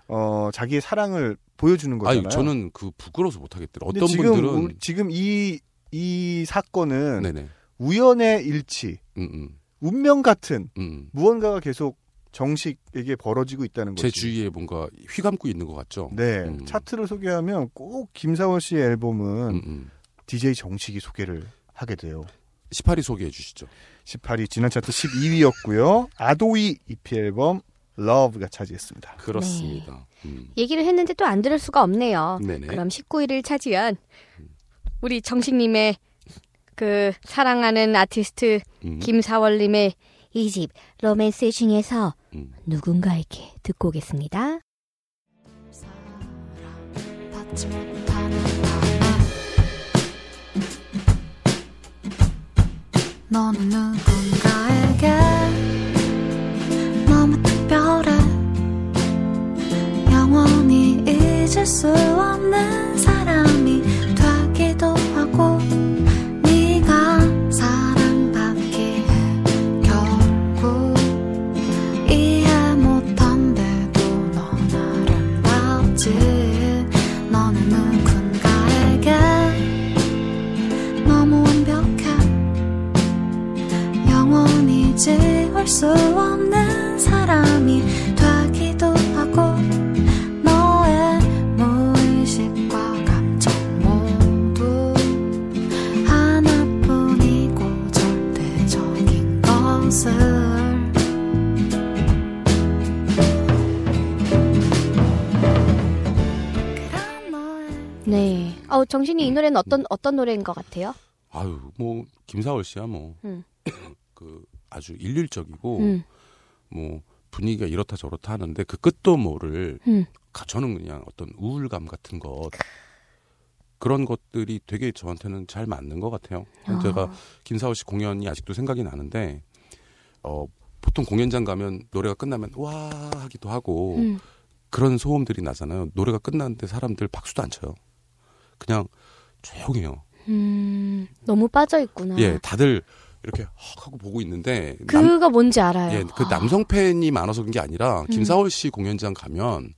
Speaker 3: 어 자기의 사랑을 보여주는 거잖아요.
Speaker 2: 아니 저는 그 부끄러워서 못 하겠더라.
Speaker 3: 근데
Speaker 2: 어떤
Speaker 3: 지금
Speaker 2: 분들은
Speaker 3: 우리- 지금 이 이 사건은
Speaker 2: 네네.
Speaker 3: 우연의 일치,
Speaker 2: 음, 음,
Speaker 3: 운명 같은
Speaker 2: 음.
Speaker 3: 무언가가 계속 정식에게 벌어지고 있다는
Speaker 2: 제
Speaker 3: 거죠.
Speaker 2: 주위에 뭔가 휘감고 있는 것 같죠.
Speaker 3: 뭐 네,
Speaker 2: 음.
Speaker 3: 차트를 소개하면 꼭 김사월 씨의 앨범은
Speaker 2: 음, 음.
Speaker 3: DJ 정식이 소개를 하게 돼요.
Speaker 2: 18위 소개해 주시죠.
Speaker 1: 네.
Speaker 3: 18위 지난 차트 12위였고요. 아도이 EP 앨범 Love가 차지했습니다.
Speaker 2: 그렇습니다. 음.
Speaker 1: 얘기를 했는데 또 안 들을 수가 없네요.
Speaker 2: 네네.
Speaker 1: 어,
Speaker 2: 음.
Speaker 1: 그럼 19위를 차지한 우리 정식님의 그 사랑하는 아티스트
Speaker 2: 음.
Speaker 1: 김사월님의 이 집 로맨스 중에서
Speaker 2: 음.
Speaker 1: 누군가에게 듣고 오겠습니다.
Speaker 5: 받지 못하는 마음 너는 누군가에게 너무 특별해 영원히 잊을 수 없는 사람이 되기도 하고 네가 사랑받기에 결국 이해 못한데도 너 아름답지 너는 누군가에게 너무 완벽해 영원히 지울 수 없는 사람이 되기도 하고 너의 무의식과 감정 모두 하나뿐이고 절대적인 것을
Speaker 1: 네. 어 정신이 이 노래는 어떤 어떤 노래인 것 같아요?
Speaker 2: 아유 뭐 김사월 씨야 뭐 그
Speaker 1: 음.
Speaker 2: 아주 일률적이고
Speaker 1: 음.
Speaker 2: 뭐 분위기가 이렇다 저렇다 하는데 그 끝도 모를
Speaker 1: 음.
Speaker 2: 가- 저는 그냥 어떤 우울감 같은 것 그런 것들이 되게 저한테는 잘 맞는 것 같아요. 제가 김사월 씨 공연이 아직도 생각이 나는데 어, 보통 공연장 가면 노래가 끝나면 와 하기도 하고
Speaker 1: 음.
Speaker 2: 그런 소음들이 나잖아요. 노래가 끝났는데 사람들 박수도 안 쳐요. 그냥 조용해요.
Speaker 1: 음, 너무 빠져 있구나.
Speaker 2: 예, 다들 이렇게 헉 하고 보고 있는데 남-
Speaker 1: 음. 그거 뭔지 알아요.
Speaker 2: 예, 그 남성 팬이 많아서 그런 게
Speaker 1: 음.
Speaker 2: 아니라 김사월 씨 공연장 가면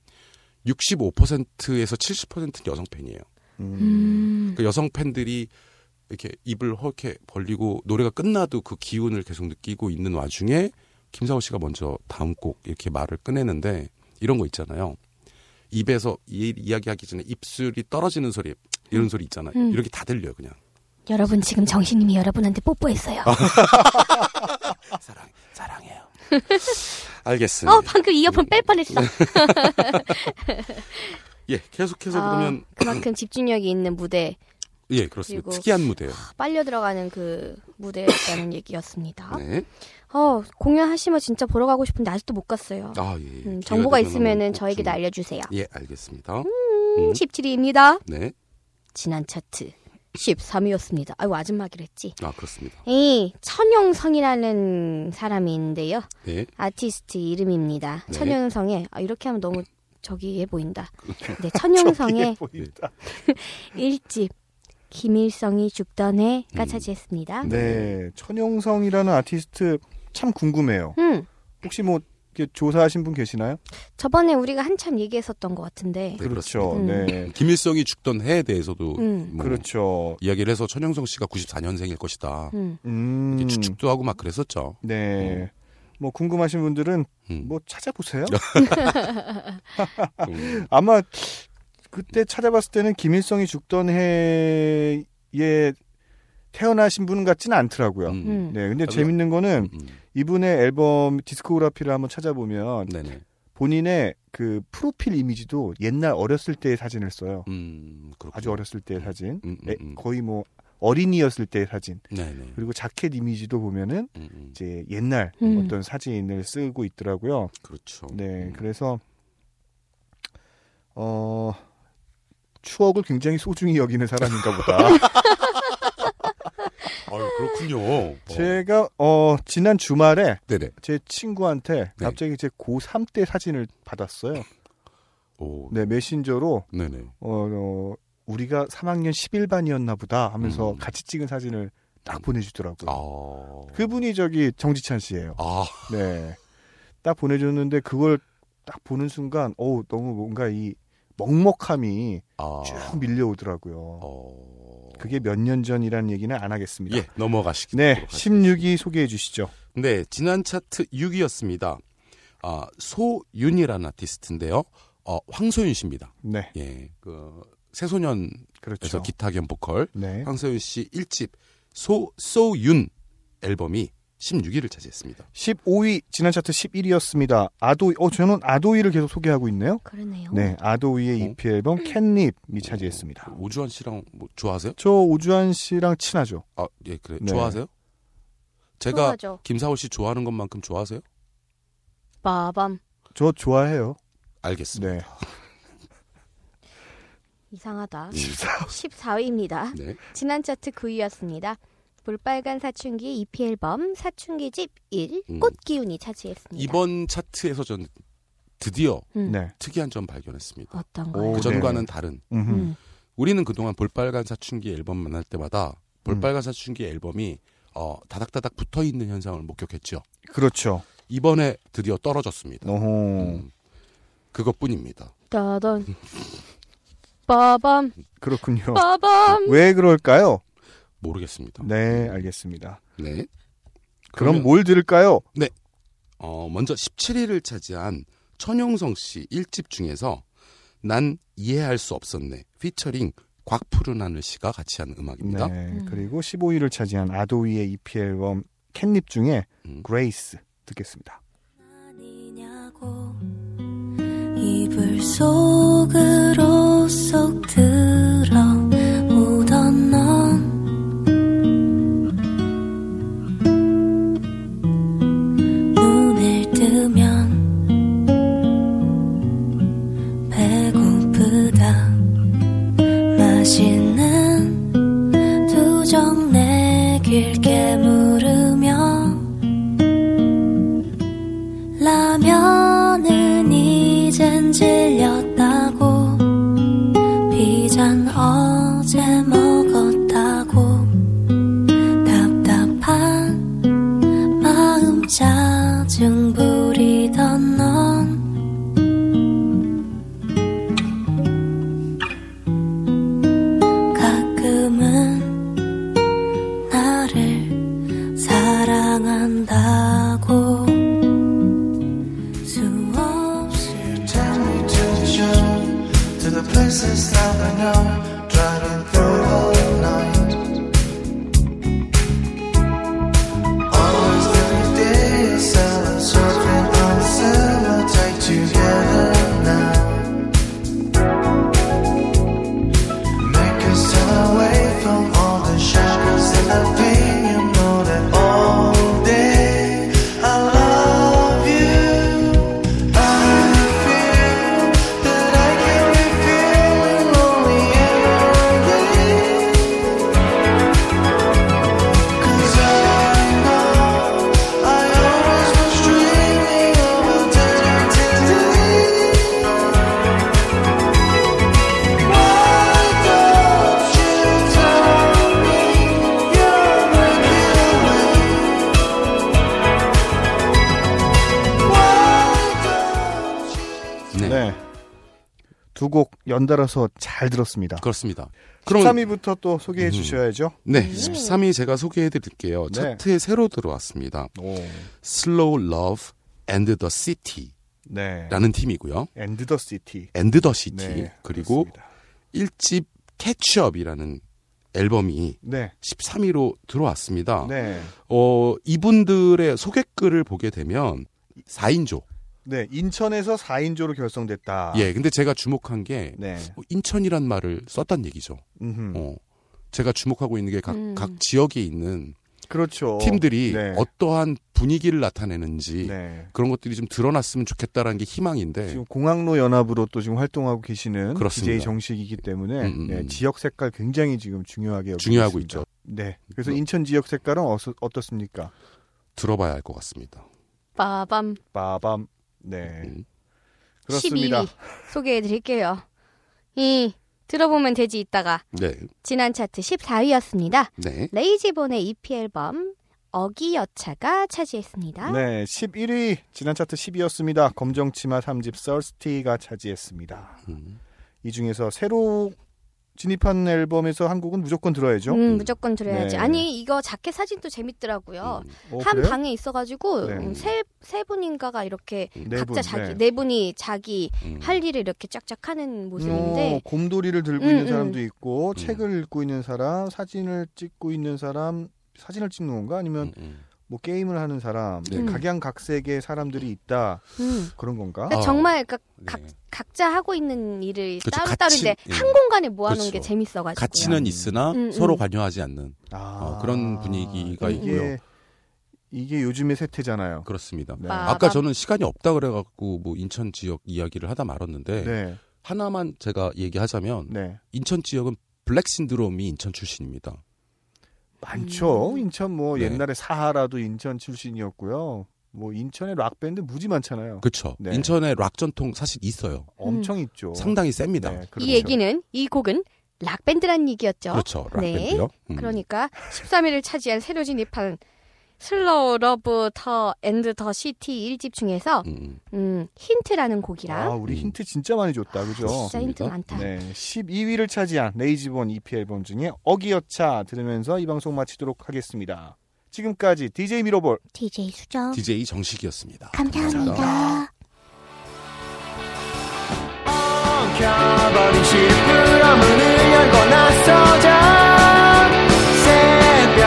Speaker 2: 65%에서 70%는 여성 팬이에요.
Speaker 1: 음.
Speaker 2: 그 여성 팬들이 이렇게 입을 허렇게 벌리고 노래가 끝나도 그 기운을 계속 느끼고 있는 와중에 김사월 씨가 먼저 다음 곡 이렇게 말을 꺼내는데 이런 거 있잖아요. 입에서 이, 이야기하기 전에 입술이 떨어지는 소리 이런 소리 있잖아요.
Speaker 1: 음.
Speaker 2: 이렇게 다 들려요 그냥.
Speaker 1: 여러분 지금 정신님이 여러분한테 뽀뽀했어요.
Speaker 2: 아, 사랑 사랑해요. 알겠습니다.
Speaker 1: 어 방금 이어폰 뺄 뻔했어.
Speaker 2: 네, 예, 계속해서
Speaker 1: 아,
Speaker 2: 그러면
Speaker 1: 그만큼 집중력이 있는 무대
Speaker 2: 예, 그렇습니다.
Speaker 1: 그리고-
Speaker 2: 특이한 무대요.
Speaker 1: 빨려 들어가는 그 무대였다는 얘기였습니다.
Speaker 2: 네.
Speaker 1: 어 공연 하시면 진짜 보러 가고 싶은데 아직도 못 갔어요.
Speaker 2: 아, 예.
Speaker 1: 음,
Speaker 2: 기회가
Speaker 1: 정보가
Speaker 2: 되면
Speaker 1: 있으면은
Speaker 2: 꼭
Speaker 1: 저에게도
Speaker 2: 좀-
Speaker 1: 알려주세요.
Speaker 2: 예, 알겠습니다.
Speaker 1: 음, 17위입니다.
Speaker 2: 네.
Speaker 1: 지난 차트 13위였습니다. 아이고 아줌마기로 했지.
Speaker 2: 아, 그렇습니다.
Speaker 1: 이 천용성이라는 사람인데요.
Speaker 2: 네.
Speaker 1: 아티스트 이름입니다.
Speaker 2: 네.
Speaker 1: 천용성의 아, 이렇게 하면 너무 저기해 보인다. 네, 천용성의
Speaker 3: 보인다.
Speaker 1: 일집 김일성이 죽던 해가
Speaker 2: 음.
Speaker 1: 차지했습니다.
Speaker 3: 네, 천용성이라는 아티스트 참 궁금해요.
Speaker 1: 음,
Speaker 3: 혹시 뭐 이렇게 조사하신 분 계시나요?
Speaker 1: 저번에 우리가 한참 얘기했었던 것
Speaker 2: 네,
Speaker 1: 같은데.
Speaker 3: 그렇죠.
Speaker 1: 그렇습니다.
Speaker 3: 네,
Speaker 2: 김일성이 죽던 해에 대해서도
Speaker 1: 음.
Speaker 2: 뭐
Speaker 3: 그렇죠.
Speaker 2: 이야기를 해서 천영성 씨가 94년생일 것이다.
Speaker 1: 음,
Speaker 3: 음,
Speaker 2: 이렇게 추측도 하고 막 그랬었죠.
Speaker 3: 네. 뭐 궁금하신 분들은
Speaker 2: 음.
Speaker 3: 뭐
Speaker 2: 음.
Speaker 3: 찾아보세요. 아마 그때 찾아봤을 때는 김일성이 죽던 해에 태어나신 분 같진 않더라고요.
Speaker 2: 음.
Speaker 1: 음.
Speaker 3: 네, 근데
Speaker 2: 아,
Speaker 3: 재밌는 거는
Speaker 2: 음.
Speaker 3: 이분의 앨범 디스코그래피를 한번 찾아보면
Speaker 2: 네네.
Speaker 3: 본인의 그 프로필 이미지도 옛날 어렸을 때의 사진을 써요.
Speaker 2: 음, 그렇고.
Speaker 3: 아주 어렸을 때의 사진,
Speaker 2: 음, 음,
Speaker 3: 에,
Speaker 2: 음.
Speaker 3: 거의 뭐 어린이였을 때의 사진.
Speaker 2: 네네.
Speaker 3: 그리고 자켓 이미지도 보면은
Speaker 2: 음, 음.
Speaker 3: 이제 옛날
Speaker 1: 음.
Speaker 3: 어떤 사진을 쓰고 있더라고요.
Speaker 2: 그렇죠.
Speaker 3: 네,
Speaker 2: 음.
Speaker 3: 그래서 어 추억을 굉장히 소중히 여기는 사람인가 보다.
Speaker 2: 아유, 그렇군요. 어.
Speaker 3: 제가 어 지난 주말에
Speaker 2: 네네.
Speaker 3: 제 친구한테
Speaker 2: 네.
Speaker 3: 갑자기 제 고3 때 사진을 받았어요.
Speaker 2: 오.
Speaker 3: 네, 메신저로
Speaker 2: 네. 네
Speaker 3: 어, 어, 우리가 3학년 11반이었나 보다 하면서
Speaker 2: 음.
Speaker 3: 같이 찍은 사진을 딱 보내주더라고요.
Speaker 2: 아.
Speaker 3: 그분이 저기 정지찬 씨예요.
Speaker 2: 아,
Speaker 3: 네. 딱 보내줬는데 그걸 딱 보는 순간 어우 너무 뭔가 이 먹먹함이
Speaker 2: 아.
Speaker 3: 쭉 밀려오더라고요.
Speaker 2: 어.
Speaker 3: 그게 몇 년 전이라는 얘기는 안 하겠습니다.
Speaker 2: 예, 넘어가시기.
Speaker 3: 네,
Speaker 2: 바로 가시죠.
Speaker 3: 16위 소개해 주시죠.
Speaker 2: 네, 지난 차트 6위였습니다. 아, 소윤이라는 아티스트인데요. 어, 황소윤 씨입니다.
Speaker 3: 네,
Speaker 2: 예, 그 새소년에서
Speaker 3: 그렇죠.
Speaker 2: 기타 겸 보컬
Speaker 3: 네,
Speaker 2: 황소윤 씨 1집 소 소윤 앨범이 16위를 차지했습니다.
Speaker 3: 15위 지난 차트 11위였습니다. 아도, 어 저는 아도이를 계속 소개하고 있네요.
Speaker 1: 그러네요.
Speaker 3: 네, 아도이의
Speaker 2: 어?
Speaker 3: EP 앨범 캣닙이 차지했습니다.
Speaker 2: 오주환 씨랑 뭐 좋아하세요?
Speaker 3: 저 오주환 씨랑 친하죠.
Speaker 2: 아, 예, 그래.
Speaker 3: 네.
Speaker 2: 좋아하세요? 제가
Speaker 1: 좋아하죠.
Speaker 2: 김사월 씨 좋아하는 것만큼 좋아하세요?
Speaker 1: 빠밤.
Speaker 3: 저 좋아해요.
Speaker 2: 알겠습니다.
Speaker 3: 네,
Speaker 1: 이상하다.
Speaker 2: 김사월
Speaker 1: 14위입니다.
Speaker 2: 네.
Speaker 1: 지난 차트 9위였습니다. 볼빨간 사춘기 EP 앨범 사춘기 집 1,
Speaker 2: 음.
Speaker 1: 꽃기운이 차지했습니다.
Speaker 2: 이번 차트에서 전 드디어
Speaker 1: 음.
Speaker 3: 네.
Speaker 2: 특이한 점 발견했습니다.
Speaker 1: 어떤
Speaker 3: 오,
Speaker 1: 거요?
Speaker 2: 그 전과는 다른
Speaker 3: 음흠.
Speaker 1: 음.
Speaker 2: 우리는 그동안 볼빨간 사춘기 앨범 만날 때마다 볼빨간 사춘기 앨범이 어, 다닥다닥 붙어 있는 현상을 목격했죠.
Speaker 3: 그렇죠.
Speaker 2: 이번에 드디어 떨어졌습니다.
Speaker 3: 어허.
Speaker 2: 음, 그것뿐입니다.
Speaker 1: 따단. 빠밤,
Speaker 3: 그렇군요.
Speaker 1: 어, 빠밤.
Speaker 3: 왜 그럴까요?
Speaker 2: 모르겠습니다.
Speaker 3: 네, 알겠습니다.
Speaker 2: 네. 그러면-
Speaker 3: 그럼 뭐- 뭘 들을까요?
Speaker 2: 어, 먼저 17위를 차지한 천용성 씨 1집 중에서 난 이해할 수 없었네 피처링 곽푸른 하늘 씨가 같이 한 음악입니다.
Speaker 3: 네,
Speaker 1: 음.
Speaker 3: 그리고 15위를 차지한 아도이의 EP 앨범 캣닙 중에
Speaker 2: 음.
Speaker 3: 그레이스 듣겠습니다.
Speaker 5: 아니냐고 이불 속으로 쏙 들어오던 넌 눈을 뜨면 배고프다 맛있는 두정 내 길게 물으며 라면은 이젠 질렸다고 비장
Speaker 9: know, driving through the night. Always every day, a salad surfing on the summer tight together now. Make us turn away from all the shackles and the pain. You know that all day I love you. I feel that I can be feeling lonely every day. Cause I know I always was dreaming of a day today. Why don't you tell me you're breaking away? Why don't you?
Speaker 2: 네.
Speaker 3: 네. 두 곡 연달아서 잘 들었습니다.
Speaker 2: 그렇습니다. 그럼
Speaker 3: 13위부터 또 소개해
Speaker 2: 음.
Speaker 3: 주셔야죠.
Speaker 2: 네, 13위 제가 소개해 드릴게요.
Speaker 3: 네.
Speaker 2: 차트에 새로 들어왔습니다.
Speaker 3: 오.
Speaker 2: Slow Love and the City라는
Speaker 3: 네.
Speaker 2: 팀이고요.
Speaker 3: 엔드 더 시티.
Speaker 2: And the City
Speaker 3: 네.
Speaker 2: 그리고
Speaker 3: 그렇습니다.
Speaker 2: 일 1집 캐치업이라는 앨범이
Speaker 3: 네.
Speaker 2: 13위로 들어왔습니다.
Speaker 3: 네.
Speaker 2: 어, 이분들의 소개글을 보게 되면 4인조.
Speaker 3: 네. 인천에서 4인조로 결성됐다.
Speaker 2: 예, 근데 제가 주목한 게
Speaker 3: 아. 네.
Speaker 2: 뭐 인천이란 말을 썼단 얘기죠.
Speaker 3: 음흠.
Speaker 2: 어, 제가 주목하고 있는 게 각
Speaker 1: 음.
Speaker 2: 각 지역에 있는
Speaker 3: 그렇죠.
Speaker 2: 팀들이
Speaker 3: 네.
Speaker 2: 어떠한 분위기를 나타내는지
Speaker 3: 네.
Speaker 2: 그런 것들이 좀 드러났으면 좋겠다라는 게 희망인데
Speaker 3: 지금 공항로 연합으로 또 지금 활동하고 계시는
Speaker 2: 네. 그렇습니다.
Speaker 3: DJ 정식이기 때문에
Speaker 2: 음, 음,
Speaker 3: 네,
Speaker 2: 음.
Speaker 3: 지역 색깔 굉장히 지금 중요하게 여기고
Speaker 2: 중요하고
Speaker 3: 있습니다.
Speaker 2: 있죠.
Speaker 3: 네. 그래서
Speaker 2: 뭐-
Speaker 3: 인천 지역 색깔은 어서- 어떻습니까?
Speaker 2: 들어봐야 할 것 같습니다.
Speaker 1: 빠밤
Speaker 3: 빠밤. 네.
Speaker 2: 음.
Speaker 3: 그렇습니다.
Speaker 1: 12위 소개해드릴게요. 이 들어보면 되지 이따가
Speaker 2: 네,
Speaker 1: 지난 차트 14위였습니다.
Speaker 2: 네,
Speaker 1: 레이지본의 EP 앨범 어기 여차가 차지했습니다.
Speaker 3: 네, 11위 지난 차트 10위였습니다. 검정치마 3집 썰스티가 차지했습니다.
Speaker 2: 음.
Speaker 3: 이 중에서 새로 진입한 앨범에서 한 곡은 무조건 들어야죠.
Speaker 1: 음, 무조건 들어야지.
Speaker 3: 네.
Speaker 1: 아니 이거 자켓 사진도 재밌더라고요.
Speaker 2: 음,
Speaker 3: 어,
Speaker 1: 한
Speaker 3: 그래요?
Speaker 1: 방에 있어가지고
Speaker 3: 네.
Speaker 1: 음, 세, 세 분인가가 이렇게
Speaker 3: 네
Speaker 1: 각자
Speaker 3: 분,
Speaker 1: 자기
Speaker 3: 네.
Speaker 1: 네 분이 자기
Speaker 2: 음.
Speaker 1: 할 일을 이렇게 쫙쫙 하는
Speaker 3: 어,
Speaker 1: 모습인데
Speaker 3: 곰돌이를 들고
Speaker 1: 음,
Speaker 3: 있는
Speaker 1: 음.
Speaker 3: 사람도 있고 책을 읽고 있는 사람, 사진을 찍고 있는 사람, 사진을 찍는 건가 아니면
Speaker 2: 음, 음.
Speaker 3: 뭐 게임을 하는 사람,
Speaker 2: 네.
Speaker 1: 음.
Speaker 3: 각양각색의 사람들이 있다
Speaker 1: 음.
Speaker 3: 그런 건가?
Speaker 1: 그러니까
Speaker 2: 어.
Speaker 1: 정말 그
Speaker 2: 네.
Speaker 1: 각, 각자 하고 있는 일을
Speaker 2: 그렇죠. 같이,
Speaker 1: 따로따로인데
Speaker 2: 예.
Speaker 1: 한 공간에 모아놓은
Speaker 2: 그렇죠.
Speaker 1: 게 재밌어가지고
Speaker 2: 가치는 있으나
Speaker 1: 음, 음.
Speaker 2: 서로 관여하지 않는
Speaker 3: 아,
Speaker 2: 어, 그런 분위기가
Speaker 3: 이게-
Speaker 2: 있고요.
Speaker 3: 이게 요즘의 세태잖아요.
Speaker 2: 그렇습니다.
Speaker 3: 네.
Speaker 1: 빠-
Speaker 2: 아까
Speaker 1: 빠밤.
Speaker 2: 저는 시간이 없다 그래갖고 뭐 인천 지역 이야기를 하다 말았는데
Speaker 3: 네,
Speaker 2: 하나만 제가 얘기하자면
Speaker 3: 네.
Speaker 2: 인천 지역은 블랙 신드롬이 인천 출신입니다.
Speaker 3: 많죠.
Speaker 1: 음.
Speaker 3: 인천 뭐
Speaker 2: 네.
Speaker 3: 옛날에 사하라도 인천 출신이었고요. 뭐 인천에 락 밴드 무지 많잖아요.
Speaker 2: 그렇죠.
Speaker 3: 네.
Speaker 2: 인천의 락 전통 사실 있어요.
Speaker 3: 엄청 있죠.
Speaker 2: 상당히 셉니다.
Speaker 3: 네, 그렇죠.
Speaker 1: 이 얘기는 이 곡은 락밴드란 얘기였죠.
Speaker 2: 그렇죠. 락
Speaker 1: 네.
Speaker 2: 밴드요. 음.
Speaker 1: 그러니까 13위를 차지한 새로 진입한 슬로우 러브 더 앤드 더 시티 1집 중에서
Speaker 2: 음, 음.
Speaker 1: 음, 힌트라는
Speaker 3: 아,
Speaker 1: 곡이랑
Speaker 3: 우리
Speaker 2: 음.
Speaker 3: 힌트 진짜 많이 줬다. 그죠?
Speaker 1: 진짜 힌트
Speaker 2: 그렇습니까?
Speaker 1: 많다.
Speaker 3: 네. 12위를 차지한 레이지본 EP 앨범 중에 어기여차 들으면서 이 방송 마치도록 하겠습니다. 지금까지 DJ 미로볼
Speaker 5: DJ 수정
Speaker 2: DJ 정식이었습니다.
Speaker 5: 감사합니다.
Speaker 4: 엉켜버린 시부러 문을 열고 나서자 새벽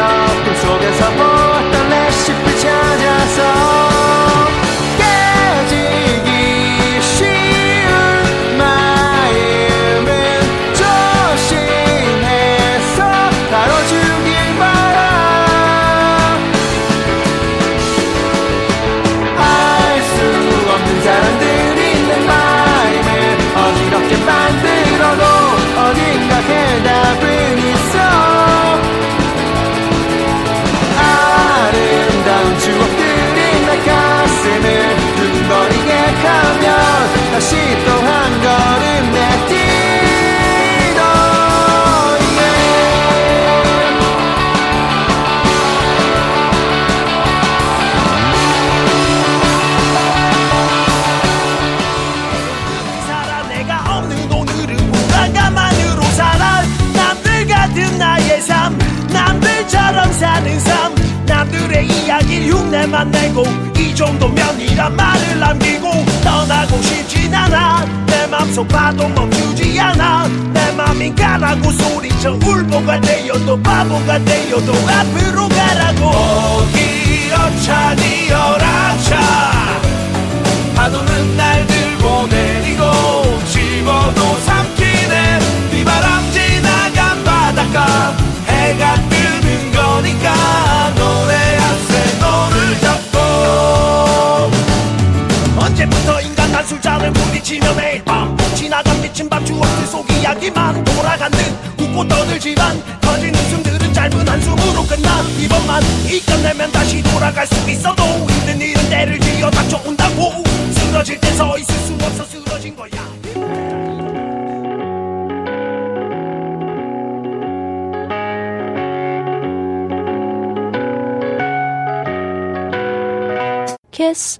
Speaker 4: 꿈속에서 보았던 내 숲을 찾아서 깨지기 쉬운 마음은 조심해서 다뤄주길 바라 알 수 없는 사람들이 내 마음을 어지럽게 만들어도 어딘가 대답은 있어 아름다운 추억들이 내 가슴을 두근거리게 하면 다시 또 한 걸음 내뛰던 예.
Speaker 6: 살아 내가 없는 오늘은 무언가만으로 살아 남들 같은 나의 삶 남들처럼 사는 삶 남들의 이야기 흉내만 내고 이 정도면이란 말을 남기고 떠나고 싶진 않아 내 맘 맘속 파도 멈추지 않아 내 맘인 가라고 소리쳐 울보가 되어도 바보가 되어도 앞으로 가라고 어, 어기어차 니어라차 파도는 날 들고 내리고 집어도 삼키네 비바람 지나간 바닷가 해가 뜨는 거니까 노래 앞에 너를 잡고 언제부터 인간 단술자를 부딪히며 매일 밤 지나간 미친 밤 추억들 속 이야기만 돌아가는 웃고 떠들지만 터진 웃음들은 짧은 한숨으로 끝나 이번만 이겨내면 다시 돌아갈 수 있어도 힘든 일은 때를 지어 닥쳐온다고 쓰러질 때 서 있을 수 없어 쓰러진 거야
Speaker 7: Kiss